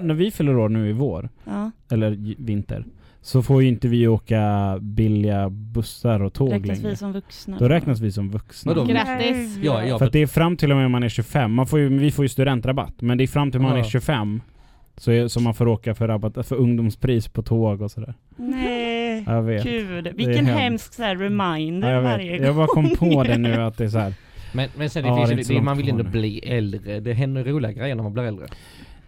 När vi fyller år nu i vår, Ja. eller j- vinter, så får ju inte vi åka billiga bussar och tåg Räknas längre. vi som vuxna? Då räknas vi som vuxna. Vadå? Grattis. Ja, ja, För att det är fram till och med man är 25. Man får ju, vi får ju studentrabatt, men det är fram till man Ja. är 25 så är, som man får åka för, rabatt, för ungdomspris på tåg och sådär. Nej, Ja, Jag vet. gud. Det är Vilken hemskt. hemsk så här, reminder Ja, jag, varje vet. jag bara kom på det nu att det är så här. Men, men sen det Ja, finns det är ju- inte så det, långt man vill ändå kvar nu. bli äldre. Det händer roliga grejer när man blir äldre.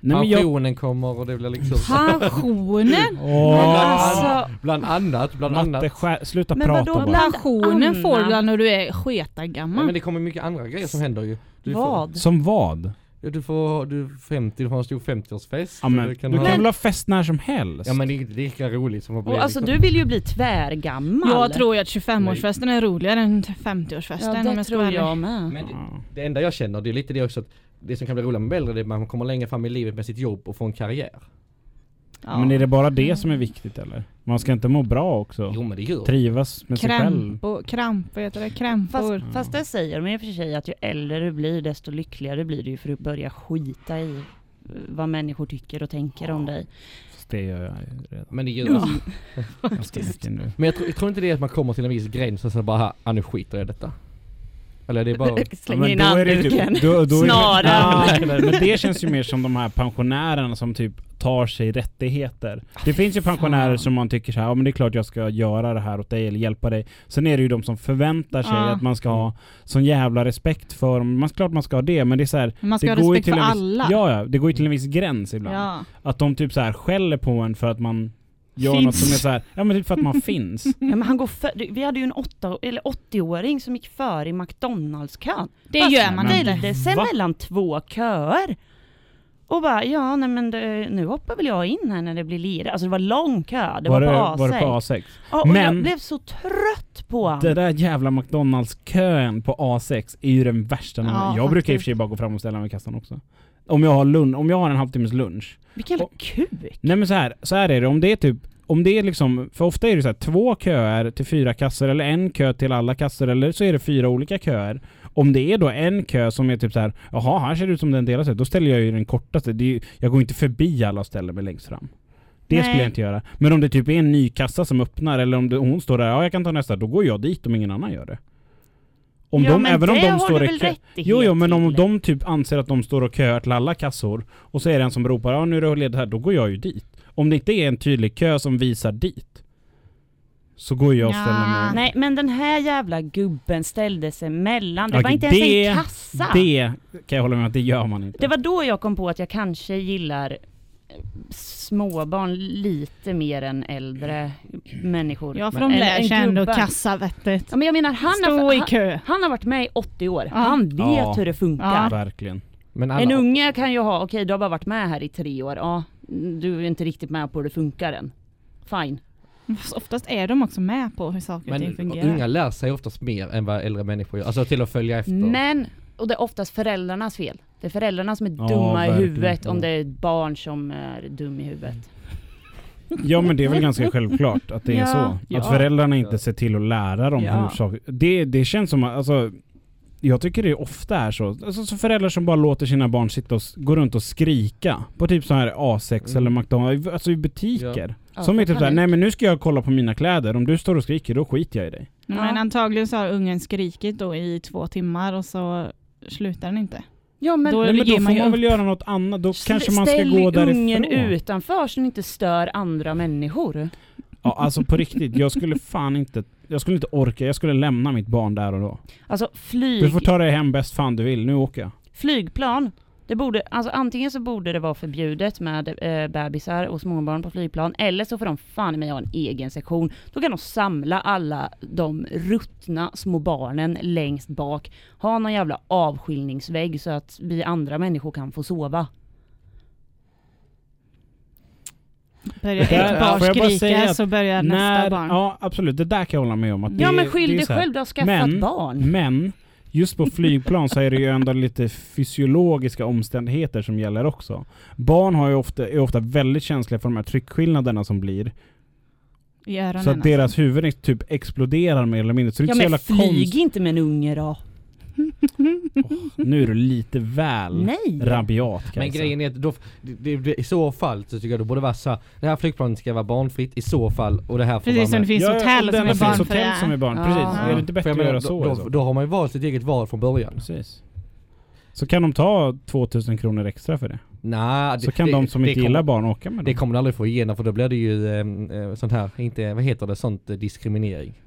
Nej, men jag, Pensionen kommer och det blir liksom... Pensionen? åh, Alltså, Bland annat, bland annat. matte, skär, sluta Men prata vadå? bara. Bland Pensionen får annat. du när du är Nej, men sketagammal. det kommer mycket andra grejer som händer ju. Du får, vad? Som vad? ja, du får, du får 50, du har en stor 50-årsfest. Ja, men, du kan ha, väl ha fest när som helst? ja men det är inte lika roligt som att bli Och, alltså liksom, du vill ju bli tvärgammal. Jag tror ju att 25-årsfesten är roligare än 50-årsfesten ja, om det jag ska tror vara ärlig. jag med. Men det, Ja. det enda jag känner det är lite det också att det som kan bli roligt med äldre det är att man kommer längre fram i livet med sitt jobb och får en karriär. Ja. Men är det bara det som är viktigt eller? Man ska inte må bra också? Jo men det gör Trivas med sig själv? Krampo, kramp, vad heter det? Krampor. Fast, fast det säger de i och för sig att ju äldre du blir desto lyckligare blir du ju för att börja skita i eh, vad människor tycker och tänker om dig. Fast Det gör jag ju redan Men det gör Ja. ganska mycket nu. Men jag tror, jag tror inte det är att man kommer till en viss gräns och sen bara, ah, nu skiter jag i detta. Eller det är bara... Ja, Släng men in då är det ju handduken. typ- då- då är det- Snarare. Ja, men det känns ju mer som de här pensionärerna som typ tar sig rättigheter. Det finns ju pensionärer fan. som man tycker så här, ja men det är klart jag ska göra det här åt dig eller hjälpa dig. Sen är det ju de som förväntar sig Ja. att man ska ha sån jävla respekt för dem. Man, klart man ska ha det, men det är så här, Man ska det ha går ju respekt till för en viss, alla. Ja, ja, det går ju till en viss gräns ibland. Ja. Att de typ så här skäller på en för att man gör Finns. något som är så här, ja men typ för att man finns. Ja, men han går för, du, vi hade ju en åtta, eller 80-åring som gick före i McDonalds-kön. Det Fast gör man nej, inte. Det sen Va? mellan två köer. Och bara, ja nej men det, nu hoppar väl jag in här när det blir lira. Alltså det var lång kö, det var, på A6. var det på A6? Ja, och jag Men- blev så trött på Det honom. där jävla McDonalds-kön på A6 är ju den värsta. Ja, Ja, jag brukar i och faktiskt. för sig bara gå fram och ställa mig i kassan också. Om jag har, lunch, om jag har en halvtimmes lunch. Vilken jävla och- kuk. Nej men så här, så här är det. Om det är typ om det är liksom, för ofta är det så här, två köer till fyra kassor eller en kö till alla kassor eller så är det fyra olika köer. Om det är då en kö som är typ så här, jaha här ser det ut som den delas ut, då ställer jag ju den kortaste. Det är ju, jag går inte förbi alla och ställer mig längst fram. Det skulle Nej. jag inte göra. Men om det typ är en ny kassa som öppnar eller om det, hon står där, ja jag kan ta nästa, då går jag dit om ingen annan gör det. Om ja, de, men även om det de har står du i väl kö- rättighet Jo, jo, men om till. de typ anser att de står och köar till alla kassor och så är det en som ropar ja nu är det ledigt här, då går jag ju dit. Om det inte är en tydlig kö som visar dit. Så går jag och Nja. ställer mig. Nej men den här jävla gubben ställde sig mellan. Det Okej, var inte ens det- en kassa. Det... Det kan jag hålla med om att det gör man inte. var då jag kom på att jag kanske gillar eh, småbarn lite mer än äldre människor. Ja för Men- de Eller lär en sig ändå gubbe. kassa vettet. Ja men jag menar han Stå har, i han, kö. han har varit med i 80 år. Ja. Han vet Ja. hur det funkar. Ja. Verkligen. Men alla, En unge kan ju ha, okej du har bara varit med här i tre år, ja du är inte riktigt med på hur det funkar än. Fine. Fast oftast är de också med på hur saker och ting men fungerar. unga lär sig oftast mer än vad äldre människor gör. Alltså till att följa efter. Men, och det är oftast föräldrarnas fel. Det är föräldrarna som är Ja, dumma i verkligen. Mm. huvudet om Ja. det är ett barn som är dum i huvudet. Ja men det är väl ganska självklart att det är Ja. så. Att Ja. föräldrarna inte Ja. ser till att lära dem Ja. hur saker... Det, det känns som att, alltså, jag tycker det ofta är så. Alltså så föräldrar som bara låter sina barn sitta och s- gå runt och skrika. På typ så här A6 Mm. eller McDonalds, alltså i butiker. Ja, som är för typ såhär, panik. nej men nu ska jag kolla på mina kläder. Om du står och skriker då skiter jag i dig. Men, Ja. men antagligen så har ungen skrikit då i två timmar och så slutar den inte. Ja men Då är Nej, men då ger man får ju man upp. väl göra något annat. Då kanske man ska ställ gå ungen därifrån. utanför så den inte stör andra människor. Ja, alltså på riktigt. Jag skulle fan inte... Jag skulle inte orka. Jag skulle lämna mitt barn där och då. Alltså flyg, Du får ta dig hem bäst fan du vill. Nu åker jag. flygplan. Det borde, alltså antingen så borde det vara förbjudet med eh, bebisar och småbarn på flygplan, eller så får de fan i mig ha en egen sektion. Då kan de samla alla de ruttna små barnen längst bak, ha någon jävla avskiljningsvägg så att vi andra människor kan få sova. Börjar Det där- ett barn får jag bara säga skrika att så börjar nästa barn. Ja, absolut. Det där kan jag hålla med om. Att ja det, men skyll det är dig så här. själv, du har skaffat Men- barn. Men just på flygplan så är det ju ändå lite fysiologiska omständigheter som gäller också. Barn har ju ofta, är ofta väldigt känsliga för de här tryckskillnaderna som blir. I öronen. Så att alltså. deras huvuden typ exploderar mer eller mindre. Så det är Ja inte men så jävla flyg konstigt. inte med en unge då. Nu är du lite väl Nej. rabiat Kajsa. Men grejen är att då, det, det, det, i så fall så tycker jag det borde vara så här, Det här flygplanet ska vara barnfritt i så fall och det här får Precis som vara det med. finns Ja, ja, hotell och som det är finns hotell som barnfria. är barn. Ja. Precis. Ja. Är det inte För bättre jag att menar, göra så? Då, alltså? då, då har man ju valt sitt eget val från början. Precis. Så kan de ta 2000 kronor extra för det. Nej, det, Så kan det, de som det inte kommer- gillar barn åka med Det dem. kommer du aldrig få igenom för då blir det ju ehm, eh, sånt här, inte, vad heter det, sånt eh, diskriminering.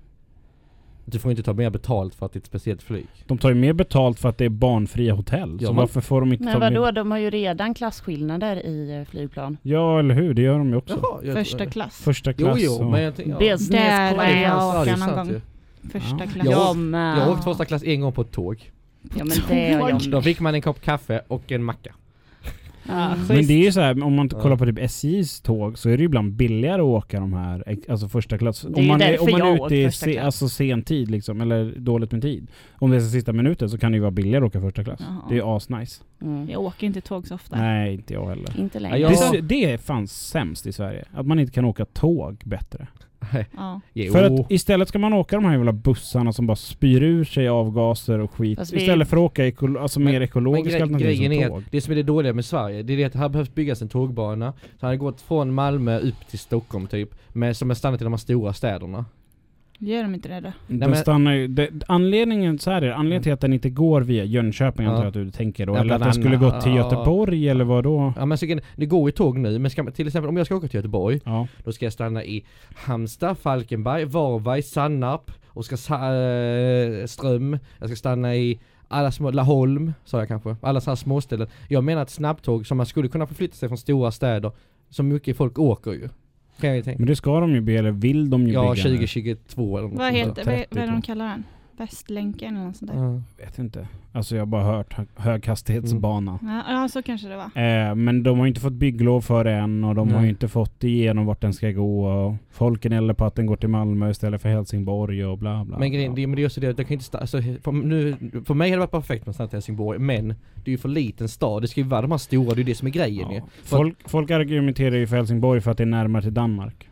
Du får inte ta mer betalt för att det är ett speciellt flyg. De tar ju mer betalt för att det är barnfria hotell. Ja, så men- varför får de inte Men ta vadå, mer? de har ju redan klasskillnader i eh, flygplan. Ja, eller hur? Det gör de ju också. Jaha, jag, Första klass. Första Jo, klass jo, och... men jag tänkte... Ja. Business Där Ja, det är är class. jag. sant, det är åker någon sant gång. ju. Första Ja. klass. Jag Ja, åkte- men- Jag har åkt första klass en gång på ett tåg. Ja men det har jag Då fick man en kopp kaffe och en macka. Ja, Mm. Men det är ju så här, om man Ja. kollar på typ SJs tåg så är det ju ibland billigare att åka de här, ex- alltså första klass. är om ju man därför om man jag är åker ute i första se, klass. alltså sen tid liksom, eller dåligt med tid. Om det är så sista minuten så kan det ju vara billigare att åka första klass. Jaha. Det är ju asnice. Mm. Jag åker inte tåg så ofta. Nej, inte jag heller. Inte längre. Ja, Det, är- det är fan sämst i Sverige. Att man inte kan åka tåg bättre. Ja. Jo. För att istället ska man åka de här jävla bussarna som bara spyr ur sig avgaser och skit. Fast vi- Istället för att åka eko, alltså Men- mer ekologiska gre- alternativ grejen som är tåg. att det som är det dåliga med Sverige, det är det att här behövs byggas en tågbana. Så han hade gått från Malmö upp till Stockholm typ, men som har stannat i de här stora städerna. Gör de inte det då? Den men- Mm. stannar ju, det, anledningen, så här är det, anledningen till att den inte går via Jönköping Ja. antar jag att du tänker då, Ja, eller att bland den skulle annat. gått till Ja. Göteborg eller vad då? Ja men så, kan- det går ju tåg nu, men ska man, till exempel om jag ska åka till Göteborg, Ja. då ska jag stanna i Halmstad, Falkenberg, Varberg, Sannarp, och ska sa, eh, Ström, jag ska stanna i alla små, Laholm sa jag kanske, alla sådana småställen. Jag menar ett snabbtåg som man skulle kunna förflytta sig från stora städer, så mycket folk åker ju. Kan jag ju tänka. Men det ska de ju bli, eller vill de ju Ja, bygga nu? 2022 eller något Vad sånt där. heter, vad, är- 30 vad är det de kanske. kallar den? Västlänken eller något sånt där? Ja. Jag vet inte. Alltså jag har bara hört hö- höghastighetsbana. Mm. Ja, ja så kanske det var. Eh, men de har ju inte fått bygglov för det än och de har Nej. ju inte fått igenom vart den ska gå. Och folk gnäller på att den går till Malmö istället för Helsingborg och bla bla. Men grejen, bla. det, men det är också det att jag kan inte sta- alltså, för, nu, för mig hade det varit perfekt med Sankt Helsingborg, men det är ju för liten stad, det ska ju vara de här stora, det är ju det som är grejen ju. Ja. Folk, folk argumenterar ju för Helsingborg för att det är närmare till Danmark.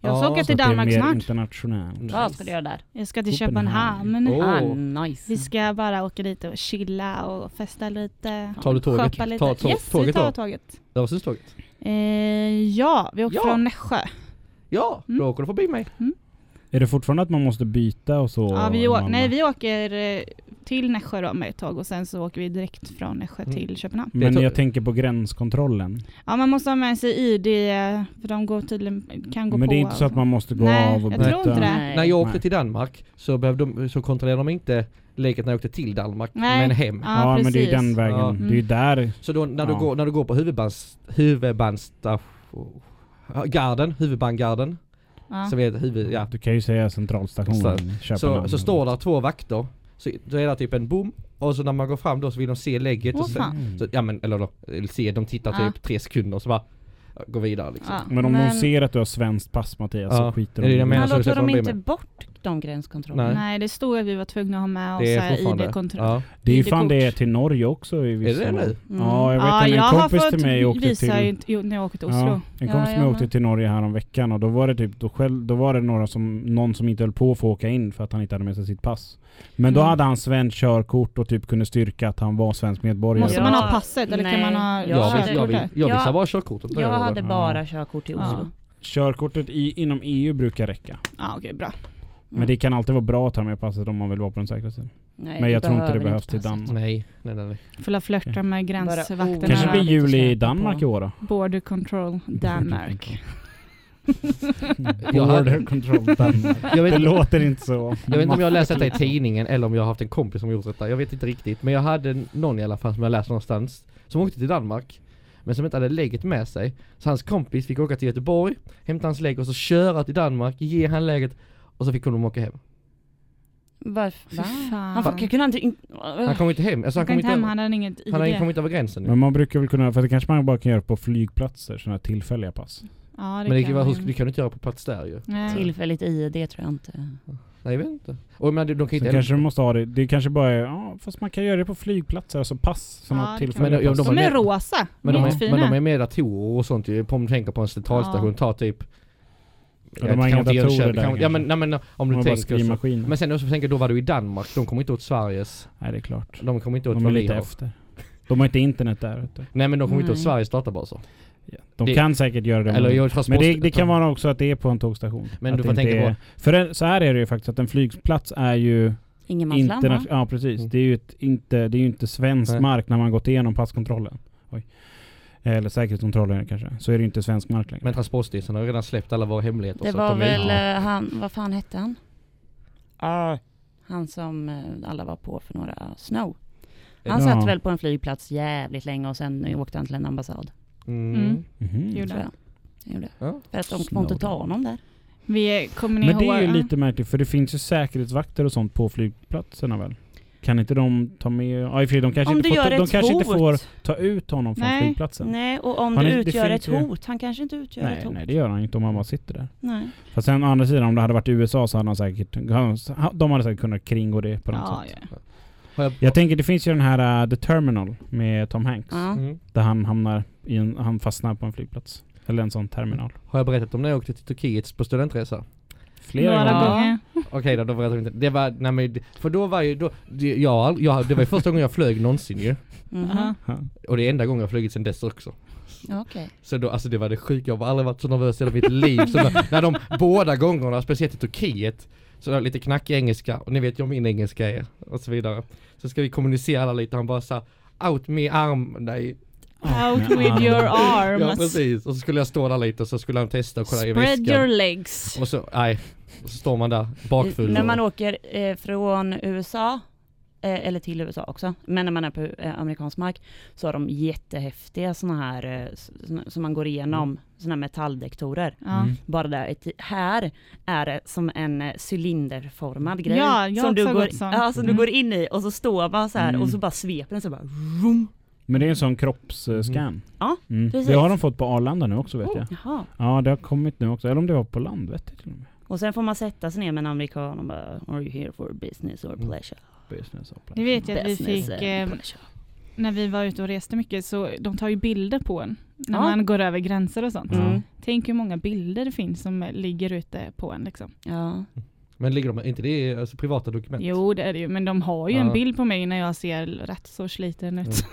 Jag Ja, ska åka så till Så att det är Danmark mer snart. internationellt. Vad ska du göra där? Jag ska till Copenhagen. Köpenhamn. Åh. Ah, Oh. nice. Vi ska bara åka dit och chilla och festa lite. Tar du tåget? shoppa lite. Ta tå- yes, vi tåget tar då? tåget. Öresundståget? Eh, ja, vi åker Ja. från Nässjö. Ja, Mm. då åker du förbi mig. Är det fortfarande att man måste byta och så? Ja, vi man- åker, nej, vi åker eh, till Nässjö då med ett tag och sen så åker vi direkt från Nässjö Mm. till Köpenhamn. Men tror- jag tänker på gränskontrollen. Ja man måste ha med sig ID eh, för de går tydligen, kan gå Men på. alltså. det är inte så att man måste gå Nej, av och jag byta. tror inte det. Nej. När jag åkte Nej. till Danmark så, behövde de, så kontrollerade de inte läget när jag åkte till Danmark, Nej. men hem. Ja, Ja, men precis. Mm. det är ju den vägen. Ja. Det är ju där. Så då när, du Ja. går, när du går på huvudbands, huvudbandstation, garden, huvudbandgarden, Ja. så, vet, huvud, ja. Du kan ju säga centralstationen. i så, Köpenhamn. så står där två vakter, så då är det typ en bom och så när man går fram då så vill de se lägget. Åh, och så, fan. så, ja men eller då, eller se, de tittar Ja. typ tre sekunder och så bara ja, går vidare liksom. Ja. Men om Men- de ser att du har svenskt pass Mattias Ja, så skiter det är de det jag i menar. Men så då det tog de blir inte med. bort de gränskontrollerna? Nej. Nej det stod att vi var tvungna att ha med oss Det är fortfarande... ID-kontroll. Ja. Det är ju fan ID-kort. det är till Norge också i vissa Är det mån. nu? Mm. Ja, jag vet Ja, en, jag en har kompis fått till mig åkte visa till... ju inte- jo, när jag åkte till Oslo. Ja, Ja, en kompis till jag mig med. åkte till Norge här om veckan och då var det typ, då, själv, då var det några som, någon som inte höll på att få åka in för att han inte hade med sig sitt pass. Men då Mm. hade han svenskt körkort och typ kunde styrka att han var svensk medborgare. Måste Ja. man ha passet eller kan Nej. man ha Jag Jag, hade- vill, jag, vill, jag Ja. visar bara körkortet. Jag hade Ja. bara körkort till Oslo. Körkortet i, inom EU brukar räcka. Ja okej bra. Men det kan alltid vara bra att ha med passet om man vill vara på den säkra sidan. Nej, Men du jag tror inte det behöver behövs till passa. Danmark. Nej, nej, nej. nej. Får la flörta med Bara gränsvakterna. Kanske har blir lite juli i kämpa Danmark på. i år då? Border control Danmark. Jag hade- Border control Danmark. Jag vet, Det inte- låter inte så. jag vet inte om jag har läst detta i tidningen eller om jag har haft en kompis som gjort detta. Jag vet inte riktigt. Men jag hade någon i alla fall som jag läst någonstans. Som åkte till Danmark. Men som inte hade läget med sig. Så hans kompis fick åka till Göteborg, hämta hans lägg och så köra till Danmark, ge han läget. Och så fick de åka hem. Varför? Va? Fy fan. Han fucking kunde inte... in- Han kom inte hem. Alltså, Han kan han, kom inte inte hem, hem. han hade inget ID. Han hade- kom inte över gränsen. Nu. Men man brukar väl kunna, för det kanske man bara kan göra på flygplatser, sådana här tillfälliga pass. Ja, det Men det, kan kan vara, han Eh, hos- det kan du inte göra på plats där ju. Nej. Tillfälligt ID tror jag inte. Nej, jag vet inte. Och men de kan inte Sen heller- kanske du måste ha det, det kanske bara är, ja fast man kan göra det på flygplatser, alltså pass som Ja, det har kan tillfälliga man. Men pass. de- De är med- rosa, Men de, är, jättefina. men de är med datorer och sånt ju. Om du tänker på en centralstation, Ja. ta typ... de har inga datorer där kanske. Ja men, nej, kanske. men om de du har bara tänker så. skrivmaskiner. Men sen också tänker jag, då var du i Danmark, de kommer inte åt Sveriges, Nej det är klart. de kommer inte åt De är vad vi lite har. efter. De har inte internet där. Vet du. Nej men de kommer inte åt Nej. Sveriges databaser. De Det- kan säkert göra det. Eller men- jag transport... men det, det kan vara också att det är på en tågstation. Men att du det får inte tänka på- är, För en, så här är det ju faktiskt, att en flygplats är ju Ingenmansland va? internationell. Ja precis. Mm. Det är ju ett, inte, det är ju inte svensk Nej. mark när man gått igenom passkontrollen. Oj. Eller säkerhetskontrollen kanske. Så är det ju inte svensk mark längre. Men Transportstyrelsen har ju redan släppt alla våra hemligheter. Det så var att de är- väl Ja. Ah. eh, han, vad fan hette han? Han som eh, alla var på för några eh, Snow. Han Ja. satt väl på en flygplats jävligt länge och sen åkte han till en ambassad. Mm. Mm. Mhm. Gjorde Tror han. jag. Det Gjorde. Ja. För att de Snow. kunde inte ta honom där. Vi kommer ni Men det ihåg? är ju ja. lite märkligt för det finns ju säkerhetsvakter och sånt på flygplatserna väl? Kan inte de ta med... Ja i och för sig, de kanske, Om inte du får, ta- gör de ett kanske inte hot. får ta ut honom från Nej. flygplatsen. Nej, och om Har du ni- det utgör finns ett ju- hot. Han kanske inte utgör ett Nej, hot. nej, det gör han inte om han bara sitter där. Nej. Fast sen å andra sidan om det hade varit i USA så hade han säkert... han- De hade säkert kunnat kringgå det på något Ja, sätt. ja. Har jag... Jag tänker det finns ju den här uh, The Terminal med Tom Hanks. Ja. Mm. Där han hamnar i en, han fastnar på en flygplats. Eller en sån terminal. Har jag berättat om när jag åkte till Turkiet på studentresa? Flera Några gånger. gånger. gånger. Okej då, då berättar vi inte. Det var, nej men, för då var ju, då, det, jag, jag, det var ju första gången jag flög någonsin ju. Mhm. Ja. Och det är enda gången jag flugit sedan dess också. Mm. Ja, Okej. Så då, alltså det var det sjuka, jag har aldrig varit så nervös i hela mitt liv. Så när, när de båda gångerna, speciellt i Turkiet, så det var lite knackig engelska, och ni vet ju om min engelska är, och så vidare. Så ska vi kommunicera lite, han bara sa Out med arm, nej. Out with your Ja arms. precis. Och så skulle jag stå där lite och så skulle han testa och kolla i alltså. Spread your väskan. legs. Och så, nej. Och så står man där bakfull. När och- man åker eh, från USA, eh, eller till USA också, men när man är på eh, amerikansk mark, så har de jättehäftiga sådana här, eh, s- såna- som man går igenom, sådana här metalldektorer. Ja. Mm. Bara där, ett- här är det som en eh, cylinderformad grej. Ja, jag har som du, också går, gått sån. ja, som Mm. du går in i och så står man så här Mm. och så bara sveper den så bara Men det är en sån kroppsscan. Ja, Mm. precis. Oh. Det har de fått på Arlanda nu också vet jag. Jaha. Ja, det har kommit nu också. Eller om det var på land vet jag till och med. Och sen får man sätta sig ner med en amerikan och bara Are you here for business or pleasure? Business och plats. Det vet jag att vi Business fick and eh, pleasure. när vi var ute och reste mycket så de tar ju bilder på en när Ja. man går över gränser och sånt. Ja. Mm. Tänk hur många bilder det finns som ligger ute på en liksom. Ja. Men ligger de, inte det är alltså privata dokument? Jo det är det ju, men de har ju Ja. en bild på mig när jag ser rätt så sliten ut.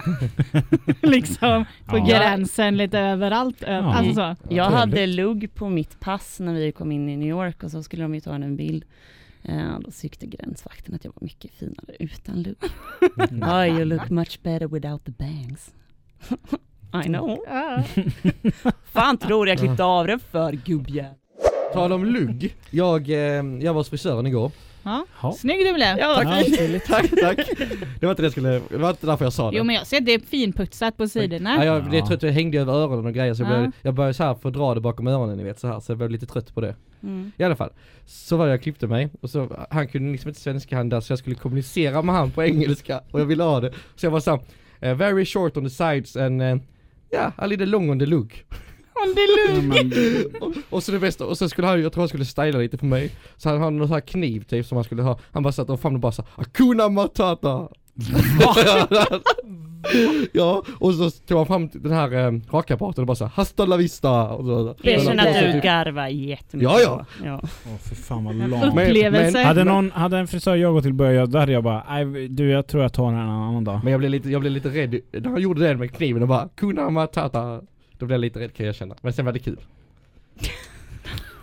liksom på Ja. gränsen lite överallt. Över, Ja. Alltså så. Jag Trevligt. hade lugg på mitt pass när vi kom in i New York och så skulle de ju ta en bild. Eh, Då tyckte gränsvakten att jag var mycket finare utan look. Mm. Oh, you look much better without the bangs. I know. Fan tror jag klippte av den för gubbjävel. Tal om lugg. Jag, eh, jag var hos frisören igår. Ja. Ja. Snygg du blev. Ja, Ja, vad fint. tack, tack. Det var inte det jag skulle, det var inte därför jag sa det. Jo men jag ser att det är finputsat på Ja, sidorna. jag blev trött, jag hängde över öronen och grejer så jag, Ja. blev, jag började så här fördra det bakom öronen ni vet så här så jag blev lite trött på det. Mm. I alla fall, så var jag och klippte mig och så, han kunde liksom inte svenska han där så jag skulle kommunicera med han på engelska och jag ville ha det. Så jag var såhär, eh, very short on the sides and eh, yeah, a little long on the look. Om det är lugnt. och, och så det bästa, och så skulle han, jag tror han skulle styla lite på mig. Så han hade någon sån här kniv typ som han skulle ha, han bara satt och famnade bara såhär, Akuna Matata! ja, och så tog han fram den här eh, rakapparaten och bara såhär, Hasta la vista! Och så, Jag känner att Så du typ- garvar jättemycket. Ja, ja. ja. Åh för fan vad långt. Men- Upplevelse. Hade, någon, hade en frisör jag gått till börjat, då hade jag bara "Aj, du jag tror jag tar den här en annan dag. Men jag blev lite, jag blev lite rädd när han gjorde det med kniven och bara Kuna matata Då blev jag lite rädd kan jag känna, men sen var det kul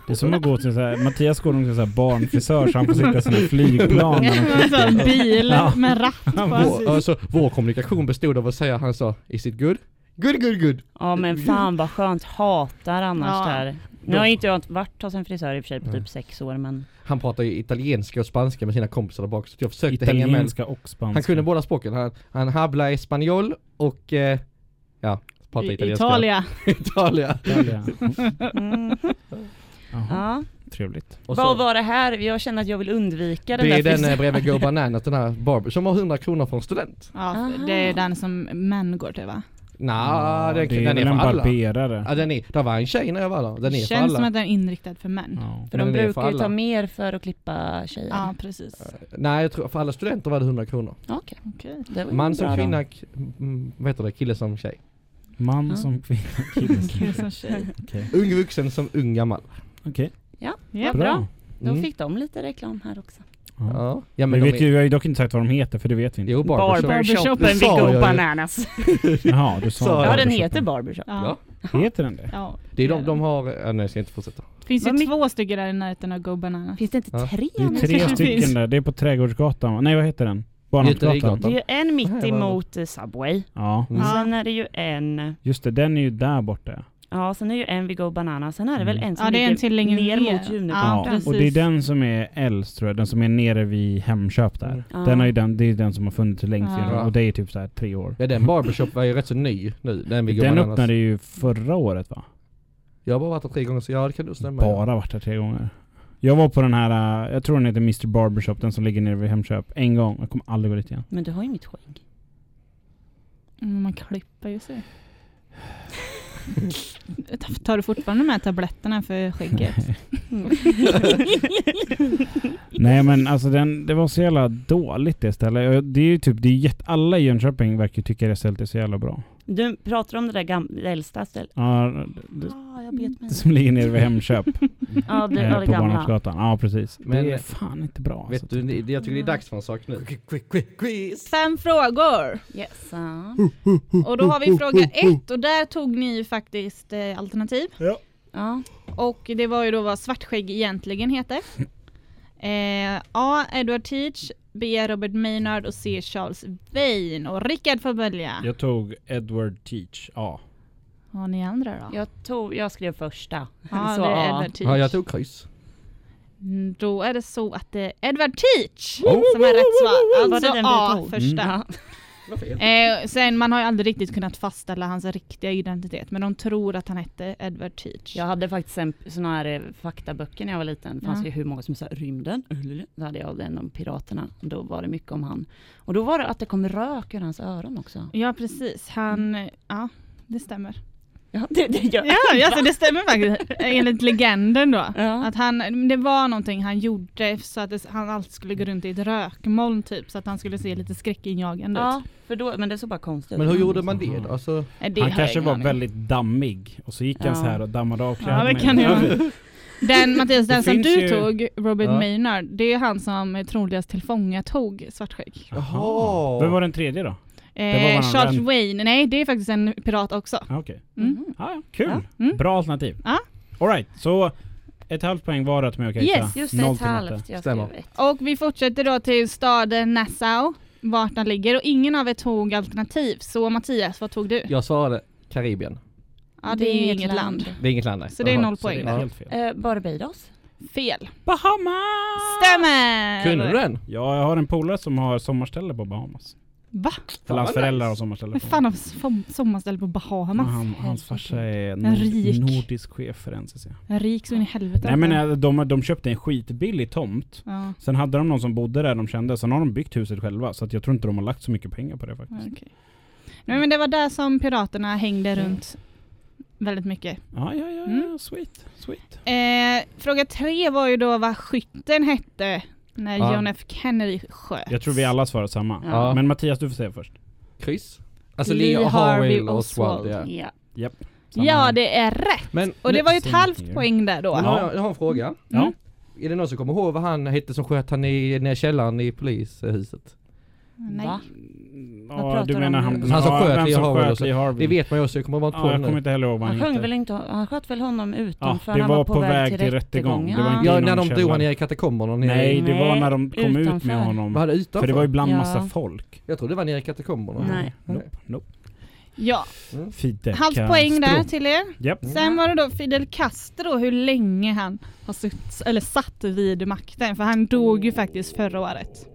Det är som att gå till så här, Mattias går nog till en så här barnfrisör så han får sitta i sina flygplan. Ja, det var Alltså, en sån bil Ja. med ratt på. vår, alltså, vår kommunikation bestod av att säga, han sa Is it good? Good good good! ja men fan vad skönt, hatar annars Ja. där. Nu har inte jag varit hos en frisör i och för sig på Mm. typ sex år men Han pratade ju italienska och spanska med sina kompisar där bak så jag försökte hänga med Italienska och spanska. Han kunde båda språken, han, han habla espanol och eh, ja, pratade I- italienska Italia. Italia. Italia. mm. Jaha, ja. trevligt. Och Vad så, var det här? Jag känner att jag vill undvika den det är där den frisören. eh, bredvid Go Bananas, den här barber, som har 100 kronor från student. Ja, det är den som män går till va? Nja, den, det är den är väl för en alla. barberare. Ja, den är, där var en tjej när jag var där, den är för Känns som alla. Mm. att den är inriktad för män. Ja. För Men de den är brukar för ju ta alla. mer för att klippa tjejer. Ja, precis. Nej, jag tror, för alla studenter var det 100 kronor. Okej. Okej. Det var ju Man bra som då. kvinna, k- mm, vad heter det, kille som tjej. Man Ja. som kvinna, kille som Kul som tjej. Okej. Ung vuxen som ung gammal. Okej, Ja. Bra. bra. Då Mm. fick de lite reklam här också. Ja. Ja, ja Men men vi, de vet ju, vi har ju dock inte sagt vad de heter för det vet vi inte. Jo, barbershop. Barbershopen Det sa jag ju. Bananas. Jaha, du sa Så- Ja den barbershopen. heter Barbershop. Ja. Heter den det? ja. Det är de, de har, ja, nej jag ska inte fortsätta. finns Vad ju mycket- två stycken där i närheten av Go Banana. Finns det inte Ja. tre Det är nu? tre kanske stycken finns. där. Det är på Trädgårdsgatan va? Nej vad heter den? Barnhamnsgatan? Det är ju en mitt Nej, vad- emot eh, Subway. Ja. Mm. Sen är det ju en, Just det, den är ju där borta. ja sen är det ju en vid Go Banana. Sen är det väl Mm. en som Ja, det är en till ligger längre ner ner. mot Juniper. Ja, Ja, precis. och det är den som är äldst tror jag, den som är nere vid Hemköp där. Ja. Den har ju den, det är ju den som har funnits längst Ja. igenom och det är ju typ så här tre år. Ja den barbershop var ju rätt så ny nu, den vi går Den bananas. öppnade ju förra året va? Jag har bara varit där tre gånger så ja det kan du stämma. ja. Bara varit där tre gånger. Jag var på den här, äh, jag tror den heter Mr Barbershop, den som ligger nere vid Hemköp, en gång. Jag kommer aldrig gå dit igen. Men du har ju mitt skägg. Mm, Man klipper ju sig. Tar du fortfarande med tabletterna för skägget? Nej men alltså den, det var så jävla dåligt det stället. Jag- Det är ju typ, det är jätte, alla i Jönköping verkar ju tycka det stället är så jävla bra. Du pratar om det där gamla, det äldsta stället. Ja, det, det, Ja, jag bet mig. det som ligger nere vid Hemköp. Ja, det eh, var det på gamla. Barnhamnsgatan. Ja precis. Men- det är fan inte bra alltså. Vet du, det- jag tycker det är dags för en sak nu. Quiz! Fem frågor! Yes. Och då har vi fråga ett och där tog ni ju faktiskt eh, alternativ. Ja. Och det var ju då vad svartskägg egentligen heter. Eh, A. Edward Teach, B. Robert Maynard och C. Charles Vane. Och Rickard får välja. Jag tog Edward Teach, ja. Har ni andra då? Jag, tog, jag skrev första. Ja, Så, det är ja. Edward Teach. Ja jag tog kryss. Mm, Då är det så att det är Edward Teach Oh. som är rätt Var svar. det Alltså den du A tog? första. Ja. Vad fel. Eh, sen man har ju aldrig riktigt kunnat fastställa hans riktiga identitet men de tror att han hette Edward Teach. Jag hade faktiskt en, sån här eh, faktaböcker när jag var liten. Det fanns Ja. ju hur många som sa rymden. Då hade jag den om piraterna. Då var det mycket om han. Och då var det att det kom rök ur hans öron också. Ja precis, han, ja det stämmer. Ja, det, det gör Ja alltså, det stämmer faktiskt enligt legenden då. Ja. Att han, men det var någonting han gjorde så att det, han alltid skulle gå runt i ett rökmoln typ så att han skulle se lite skräckinjagande ja, för då, men det såg bara konstigt Mm. Men hur ut. gjorde man det då? Alltså, ut. Eh, det han har jag kanske ingen var aning om. väldigt dammig och så gick han Ja. så här och dammade av Ja det kläderna. kan ju vara. Den Mattias, den Det som finns du ju- tog, Robert Ja. Maynard, det är han som är troligast tillfångatog Svartskägg. Jaha. Vem var den tredje då? var vad Eh, han Charles vän- Wayne, nej det är faktiskt en pirat också. Ah, Okej. Mm. Mhm. Ah, ja, kul. Ja. Mm. Bra alternativ. Ja. Alright, så Ett halvt poäng vardera till mig och Kajsa. Yes, Just Noll det, ett till matte. halvt. Jag Stämmer. skrev ett. Och vi fortsätter då till staden Nassau, vart den ligger. Och ingen av er tog alternativ. Så Mattias, vad tog du? Jag svarade Karibien. Ja, det är ju inget land. Det är inget land nej. Så det är Jaha, noll så det är poäng. noll. Helt fel. Eh, Barbados. Fel. Ah. Bahamas! Stämmer! Kunde du den? Ja, jag har en polare som har sommarställe på Bahamas. Va? Eller hans föräldrar har sommarställe Vad på fan har som- sommarställe på Bahamas? Han, hans farsa är rik. nord, nordisk chef för NCC. En rik så in i helvete. Nej men eh, de, de köpte en skitbillig tomt. Ja, Sen hade de någon som bodde där de kände, sen har de byggt huset själva. Så att jag tror inte de har lagt så mycket pengar på det faktiskt. okej. Nej men det var där som piraterna hängde runt väldigt mycket. Ja, ja, ja, ja Mm. sweet, sweet. Eh, fråga tre var ju då vad skytten hette när Ja. John F Kennedy sköts. Jag tror vi alla svarar samma. Ja. Men Mattias, du får säga först. Kryss. Alltså Lee Lee Harvey Harvey Oswald. Oswald. Ja. Ja. Samma Ja, här. det är rätt! Men, Och det Mm. var ju ett Thank halvt you. poäng där då. men Ja. har jag, jag har en fråga. Ja. Är det någon som kommer ihåg vad han hette som sköt han i, ner i källaren i Mm. polishuset? Nej. Va? Vad Ja, pratar du de menar om? han, Han som ja, sköt vem Lee som Harvey sköt också. Lee Det Harvey? vet man ju också, jag kommer bara inte på ja, jag det kommer nu. inte heller ihåg vad Han han sjöng hette. väl inte, han sköt väl honom Ja, utomför, det han var, var på väg till rättegången. Det var inte Ja, innan när de drog källaren. han ner i katakomberna. och ner- Nej, det var Nej, när de kom ut utanför. med honom. Var det utanför? För det var ju bland Ja. massa folk. Jag trodde det var nere i katakomberna. Nej. Nope, nope. Ja, Fide halvt poäng där till er. Japp. Sen var det då Fidel Castro, hur länge han har sutt, eller satt vid makten. För han dog ju faktiskt förra året.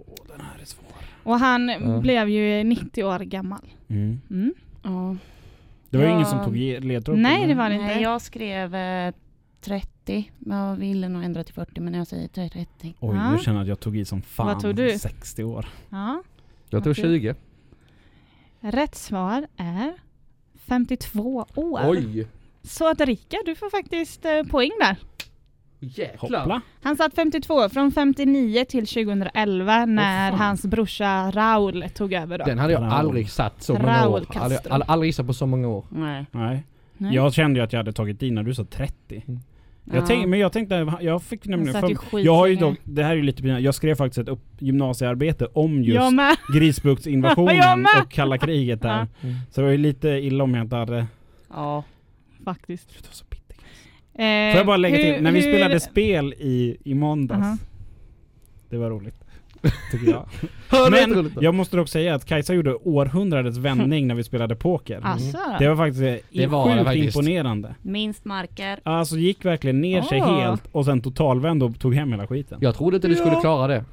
Och han Ja. blev ju 90 år gammal. Mm. Mm. Ja. Det var Ja. ingen som tog ge- ledtråd på Nej, den. det var det Nej, inte. jag skrev eh, 30. Jag ville nog ändra till 40 men jag säger 30. Oj, Ja. nu känner jag att jag tog i som fan. Vad tog du? 60 år. Ja. Jag tog Okej. 20. Rätt svar är 52 år. Oj! Så att Rickard, du får faktiskt eh, poäng där. Jäklar! Hoppla. Han satt 52 år, från 59 till 2011 när fan. hans brorsa Raul tog över då. Den hade jag Raoul. aldrig satt så många Raoul år. Castro. Aldrig, aldrig, aldrig gissat på så många år. Nej. Nej. Nej. Jag kände ju att jag hade tagit i när du sa 30. Jag tänk, men jag tänkte, jag fick nämligen... satt ju För, skitlänge. jag har ju dock, det här är ju lite pinsamt, jag skrev faktiskt ett upp, gymnasiearbete om just Jag med. Jag Grisbuktsinvasionen med. och kalla kriget där. Mm. Så det var ju lite illa om jag inte hade... Ja. Faktiskt. Gud, det var så bitter. Eh, Får jag bara lägga hur- till, när vi hur- spelade spel i, i måndags. Aha. Det var roligt. Tycker jag. Hör du inte Men roligt då? jag måste dock säga att Kajsa gjorde århundradets vändning när vi spelade poker. Alltså. Det var faktiskt eh, Det var det sjukt faktiskt. imponerande. Minst marker. Alltså gick verkligen ner sig Ah. helt och sen totalvände och tog hem hela skiten. Jag trodde inte du skulle Ja. klara det.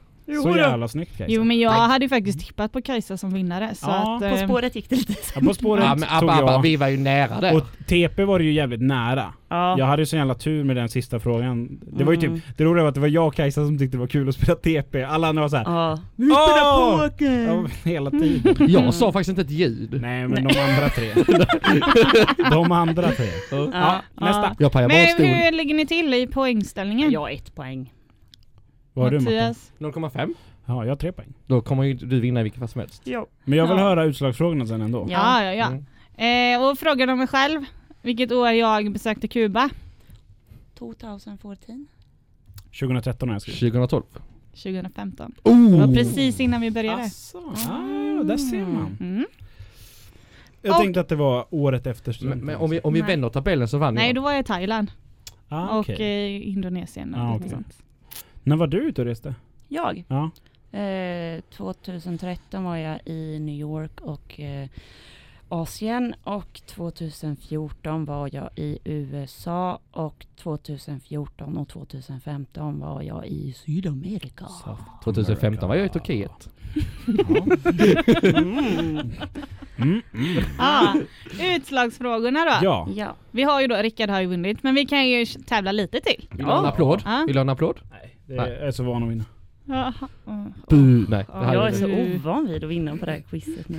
Så jävla snyggt Kajsa. Jo men jag hade ju faktiskt tippat på Kajsa som vinnare så Ja, att... På eh, spåret gick det lite sämre. Ja, på spåret Ja, men tog abba, jag. abba, vi var ju nära där. Och TP var det ju jävligt nära. Ja. Jag hade ju så jävla tur med den sista frågan. Det var ju Mm. typ, det roliga var att det var jag och Kajsa som tyckte det var kul att spela TP. Alla andra var såhär Ja. Vi spelar poker! Ah! Ja, hela tiden. Jag sa faktiskt inte ett ljud. Nej men de andra tre. de andra tre. Ja, nästa. Jag pajade bara en Men stol. hur ligger ni till i poängställningen? Jag har ett poäng. Vad har du Martin? Mattias? 0,5. Ja, jag har tre poäng. Då kommer ju du vinna i vilket fall som helst. Men jag vill Ja. höra utslagsfrågorna sen ändå. Ja. Ja, ja, ja. Mm. Eh, och frågan om mig själv. Vilket år jag besökte Kuba? 2014. 2013 har jag skrivit. 2012. 2015. Det var Oh! precis innan vi började. Asså, ah, där ser man. Mm. Jag Och- tänkte att det var året efter Men, studenten. men om vi, om vi Nej. vänder tabellen så vann Nej, jag. då var jag i Thailand ah, och okej. eh, Indonesien. Och Ah, lite okej. sånt. När var du ute och reste? Jag? Ja. Eh, 2013 var jag i New York och eh, Asien och 2014 var jag i USA och 2014 och 2015 var jag i Sydamerika. 2015 var jag i Turkiet. Mm, mm. Ah, utslagsfrågorna då. Ja. Ja. Vi har ju då, Rickard har ju vunnit, men vi kan ju tävla lite till. Vill du ha en applåd? Ja. Vill du ha en applåd? Nej, det är, jag är så van att vinna. Jaha. Mm. Bu! Nej. det Ja, hade Jag är vi så inte. Du- ovan vid att vinna på det här quizet nu.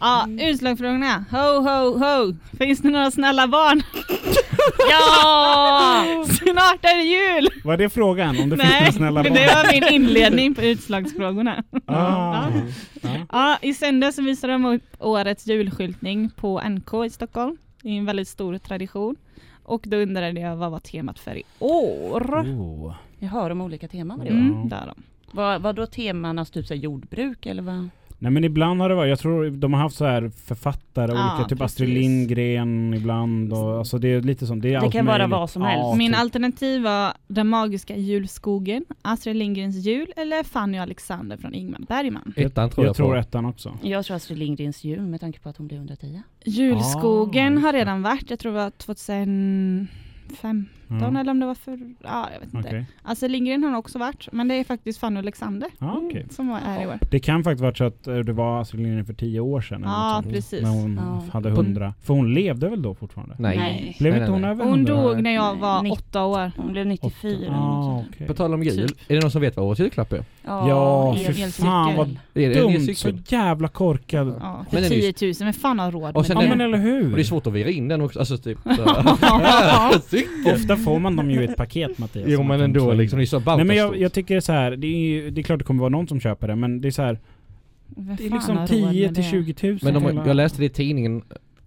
Ja, utslagsfrågorna. Ho, ho, ho. Finns det några snälla barn? Ja! Snart är det jul! Var det frågan? Om det finns Nej, några snälla barn? det var min inledning på utslagsfrågorna. Ah. Ja, I söndags visade de upp årets julskyltning på NK i Stockholm. Det är en väldigt stor tradition. Och då undrade jag vad var temat för i år? Oh. Jag hör om olika teman varje år. Mm, där då. alltså Vad, vad då temana, typ så här jordbruk eller vad? Nej men ibland har det varit, jag tror de har haft så här författare, Ja, olika, typ Astrid precis. Lindgren ibland och alltså det är lite sånt. Det, är Det allt kan vara möjligt. vad som helst. Ja, Min typ. alternativ var Den magiska julskogen, Astrid Lindgrens jul eller Fanny och Alexander från Ingmar Bergman. Ettan tror jag, jag, tror på. ettan också. Jag tror Astrid Lindgrens jul med tanke på att hon blev 110. Ah, Julskogen just har det. redan varit, jag tror det var 2015 Ja. eller om det var förra, ja jag vet inte. Mm. Okej. Astrid Lindgren har också varit, men det är faktiskt Fanny och Alexander Ja, Mm. okej. som var här i år. Det kan faktiskt varit så att eh, det var Astrid Lindgren för tio år sedan. eller Ja, något sånt, precis. När hon Ja. hade På- hundra. För hon levde väl då fortfarande? Nej. Nej. Blev Nej, inte nej, hon nej. över Hon hundra? dog när jag var Nej. åtta år. Hon blev 94 eller något Ah, sånt okej. På tal om jul, Typ. är det någon som vet vad årets julklapp är? där. Ja, el- fy elcykel. fan, vad- Är det en Dumt, så elcykel? jävla korkad. Ja, Men för den är ju- 10 000, men fan har råd Och med sen Ja den- men eller Och det är hur? svårt att vira in den också, alltså typ så- Cykel! Ofta får man dem ju i ett paket Mattias. Jo men ändå liksom, det är så ballt Nej men jag, stort. jag tycker så här, det är, ju, det är klart det kommer vara någon som köper det men det är så här, Vem det är fan liksom har råd med 10 det? till 20 000. Men de, hela- har- jag läste det i tidningen,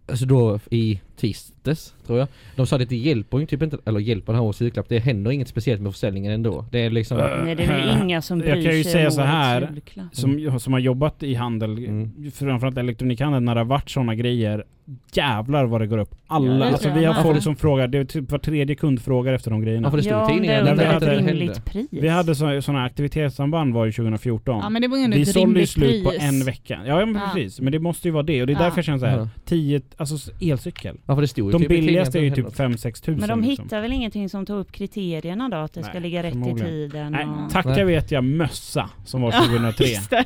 alltså då i tisdags tror jag. De sa det, det hjälper ju typ inte, eller hjälper den här årets julklapp, det händer inget speciellt med försäljningen ändå. Det är liksom... Äh. Nej det är väl inga som Jag bryr kan ju sig säga om så årets här. julklapp. som, som har jobbat i handel, Mm. framförallt elektronikhandel, när det har varit sådana grejer. Jävlar vad det går upp. Ja, Alla, det alltså tror jag vi har med. folk som frågar, det är typ var tredje kund frågar efter de Ja, grejerna. för det stod i Ja, om det tidningen är att det under hände. ett rimligt pris. Vi hade sådana aktivitetssamband var ju 2014. Ja men det var ju ändå vi ett sålde ju rimligt slut på pris. en vecka. Ja, ja men Ja. precis. Men det måste ju vara det. Och det är Ja. därför jag känner Ja. såhär, 10, alltså s- elcykel. Ja, för det stod ju De typ i tidningen billigaste är ju att det typ händer. 5-6 tusen. Men de liksom. hittar väl ingenting som tog upp kriterierna då? Att det Nej, ska ligga rätt i förmodligen. tiden? Nej, eh, och... tacka Nej. vet jag mössa som var 2003. Just det.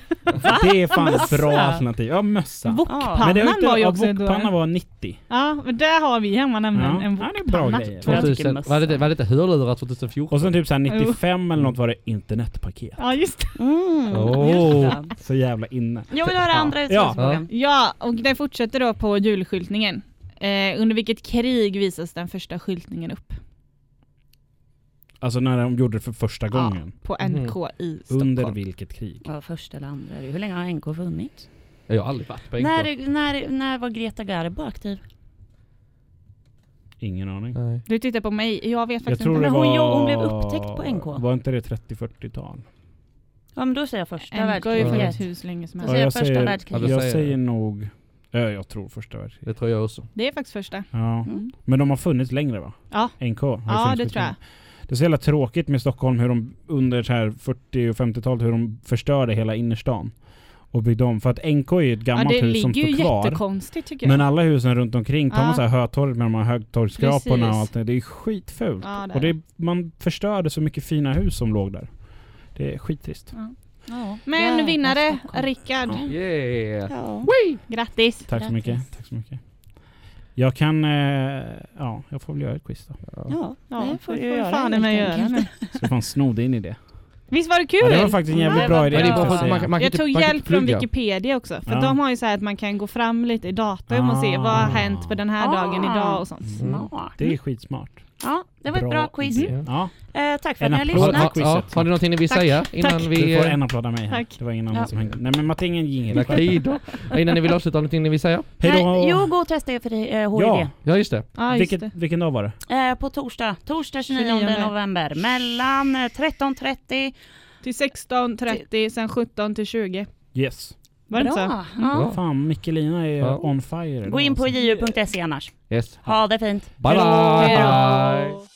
det är fan ett bra Mössa. alternativ. Ja, mössa. Men Wokpannan det har inte- var ju ja, också ett Wokpanna år. var 90. Ja, men där har vi hemma nämligen Ja. en Ja, det är bra wokpanna. grejer. Jag tycker 2000, mössa. var det inte- var det inte hörlurar 2014? Och sen typ såhär 95 eller något var det internetpaket. Ja, just det. Mm, Åh. just det. Så jävla inne. Jag vill höra Ja. andra Ja. utslagsfrågan. Ja, och den fortsätter då på julskyltningen. Eh, under vilket krig visas den första skyltningen upp? Alltså när de gjorde det för första gången. På Mhm. NK i Stockholm. Under vilket krig? Ja, första eller andra. Hur länge har NK funnits? Jag har aldrig varit på NK. När, när, när var Greta Garbo aktiv? Ingen aning. Nej. Du tittar på mig, jag vet Jag faktiskt tror inte. det Men var... hon- hon blev upptäckt på NK. Var inte det 30-40-tal? Ja men då säger jag första NK har ju världskriget. funnits världskriget. hus länge som Då helst. säger jag jag första säger- Ja, världskriget. det- Jag säger säger nog... Ja, jag tror första Det världskriget. tror jag också. Det är faktiskt första. Ja. Mm. Men de har funnits längre va? Ja. NK? har ju Ja, funnits det mycket tror jag. Det är så jävla tråkigt med Stockholm hur de under så här 40 och 50-talet hur de förstörde hela innerstan. Och byggde om. För att NK är ju ett Ja, gammalt det hus som ligger ju står kvar. jättekonstigt tycker jag. Men alla husen runt omkring, tar Ja. man så här Hötorget med de här högtorgsskraporna och Precis. allt det det är skitfult. Ja, det är och det, man förstörde så mycket fina hus som låg där. Det är skittrist. Ja. Men Jävla vinnare, Stockholm. Rickard. Yeah! Ja. Grattis! Tack så Grattis. mycket. Tack så mycket. Jag kan, eh, ja, jag får väl göra ett quiz då. Ja, Ja, det får du får göra. fan i helt mig enkelt. göra nu. Så fan sno din idé. Visst var det kul? Ja, det var faktiskt en jävligt Ja, bra vad idé. bra. Men det är bara måste för att jag säga. man, kan- man kan jag inte- tog man kan hjälp inte från plugga. Wikipedia också, för Ja. Ah. de har ju så här att man kan gå fram lite i datum och se vad har hänt på den här dagen Ah. idag och sånt. Smart. Det är skitsmart. Mm. Ja, det var ett bra quiz. idé. Mm. Ja. Eh, tack för att En ni har applåd. Har, lyssnat. har, Quizet. ja, har ni någonting ni vill Tack. säga innan Tack. vi... Du får eh, en applåd av mig. här. Tack. Det var ingen annan Ja. som hängde. Nej men Matte, ingen jingel. Mina tider. Ja, Innan ni vill avsluta, har ni någonting ni vill säga? Hej då. Nej, jo, gå och testa er för eh, Ja, HIV. Ja, just det. Ja, just det. vilket, vilken dag var det? Eh, på torsdag, torsdag 29 29. november mellan eh, 13.30. Till 16.30, sen 17 till 20. Yes. Var det inte så? Bra. Ja. Ja. Fan, Mikkelina är Ja. on fire. Gå in på alltså. ju.se E annars. Yes. Ha det fint. Bye Hej då. bye! Hej då.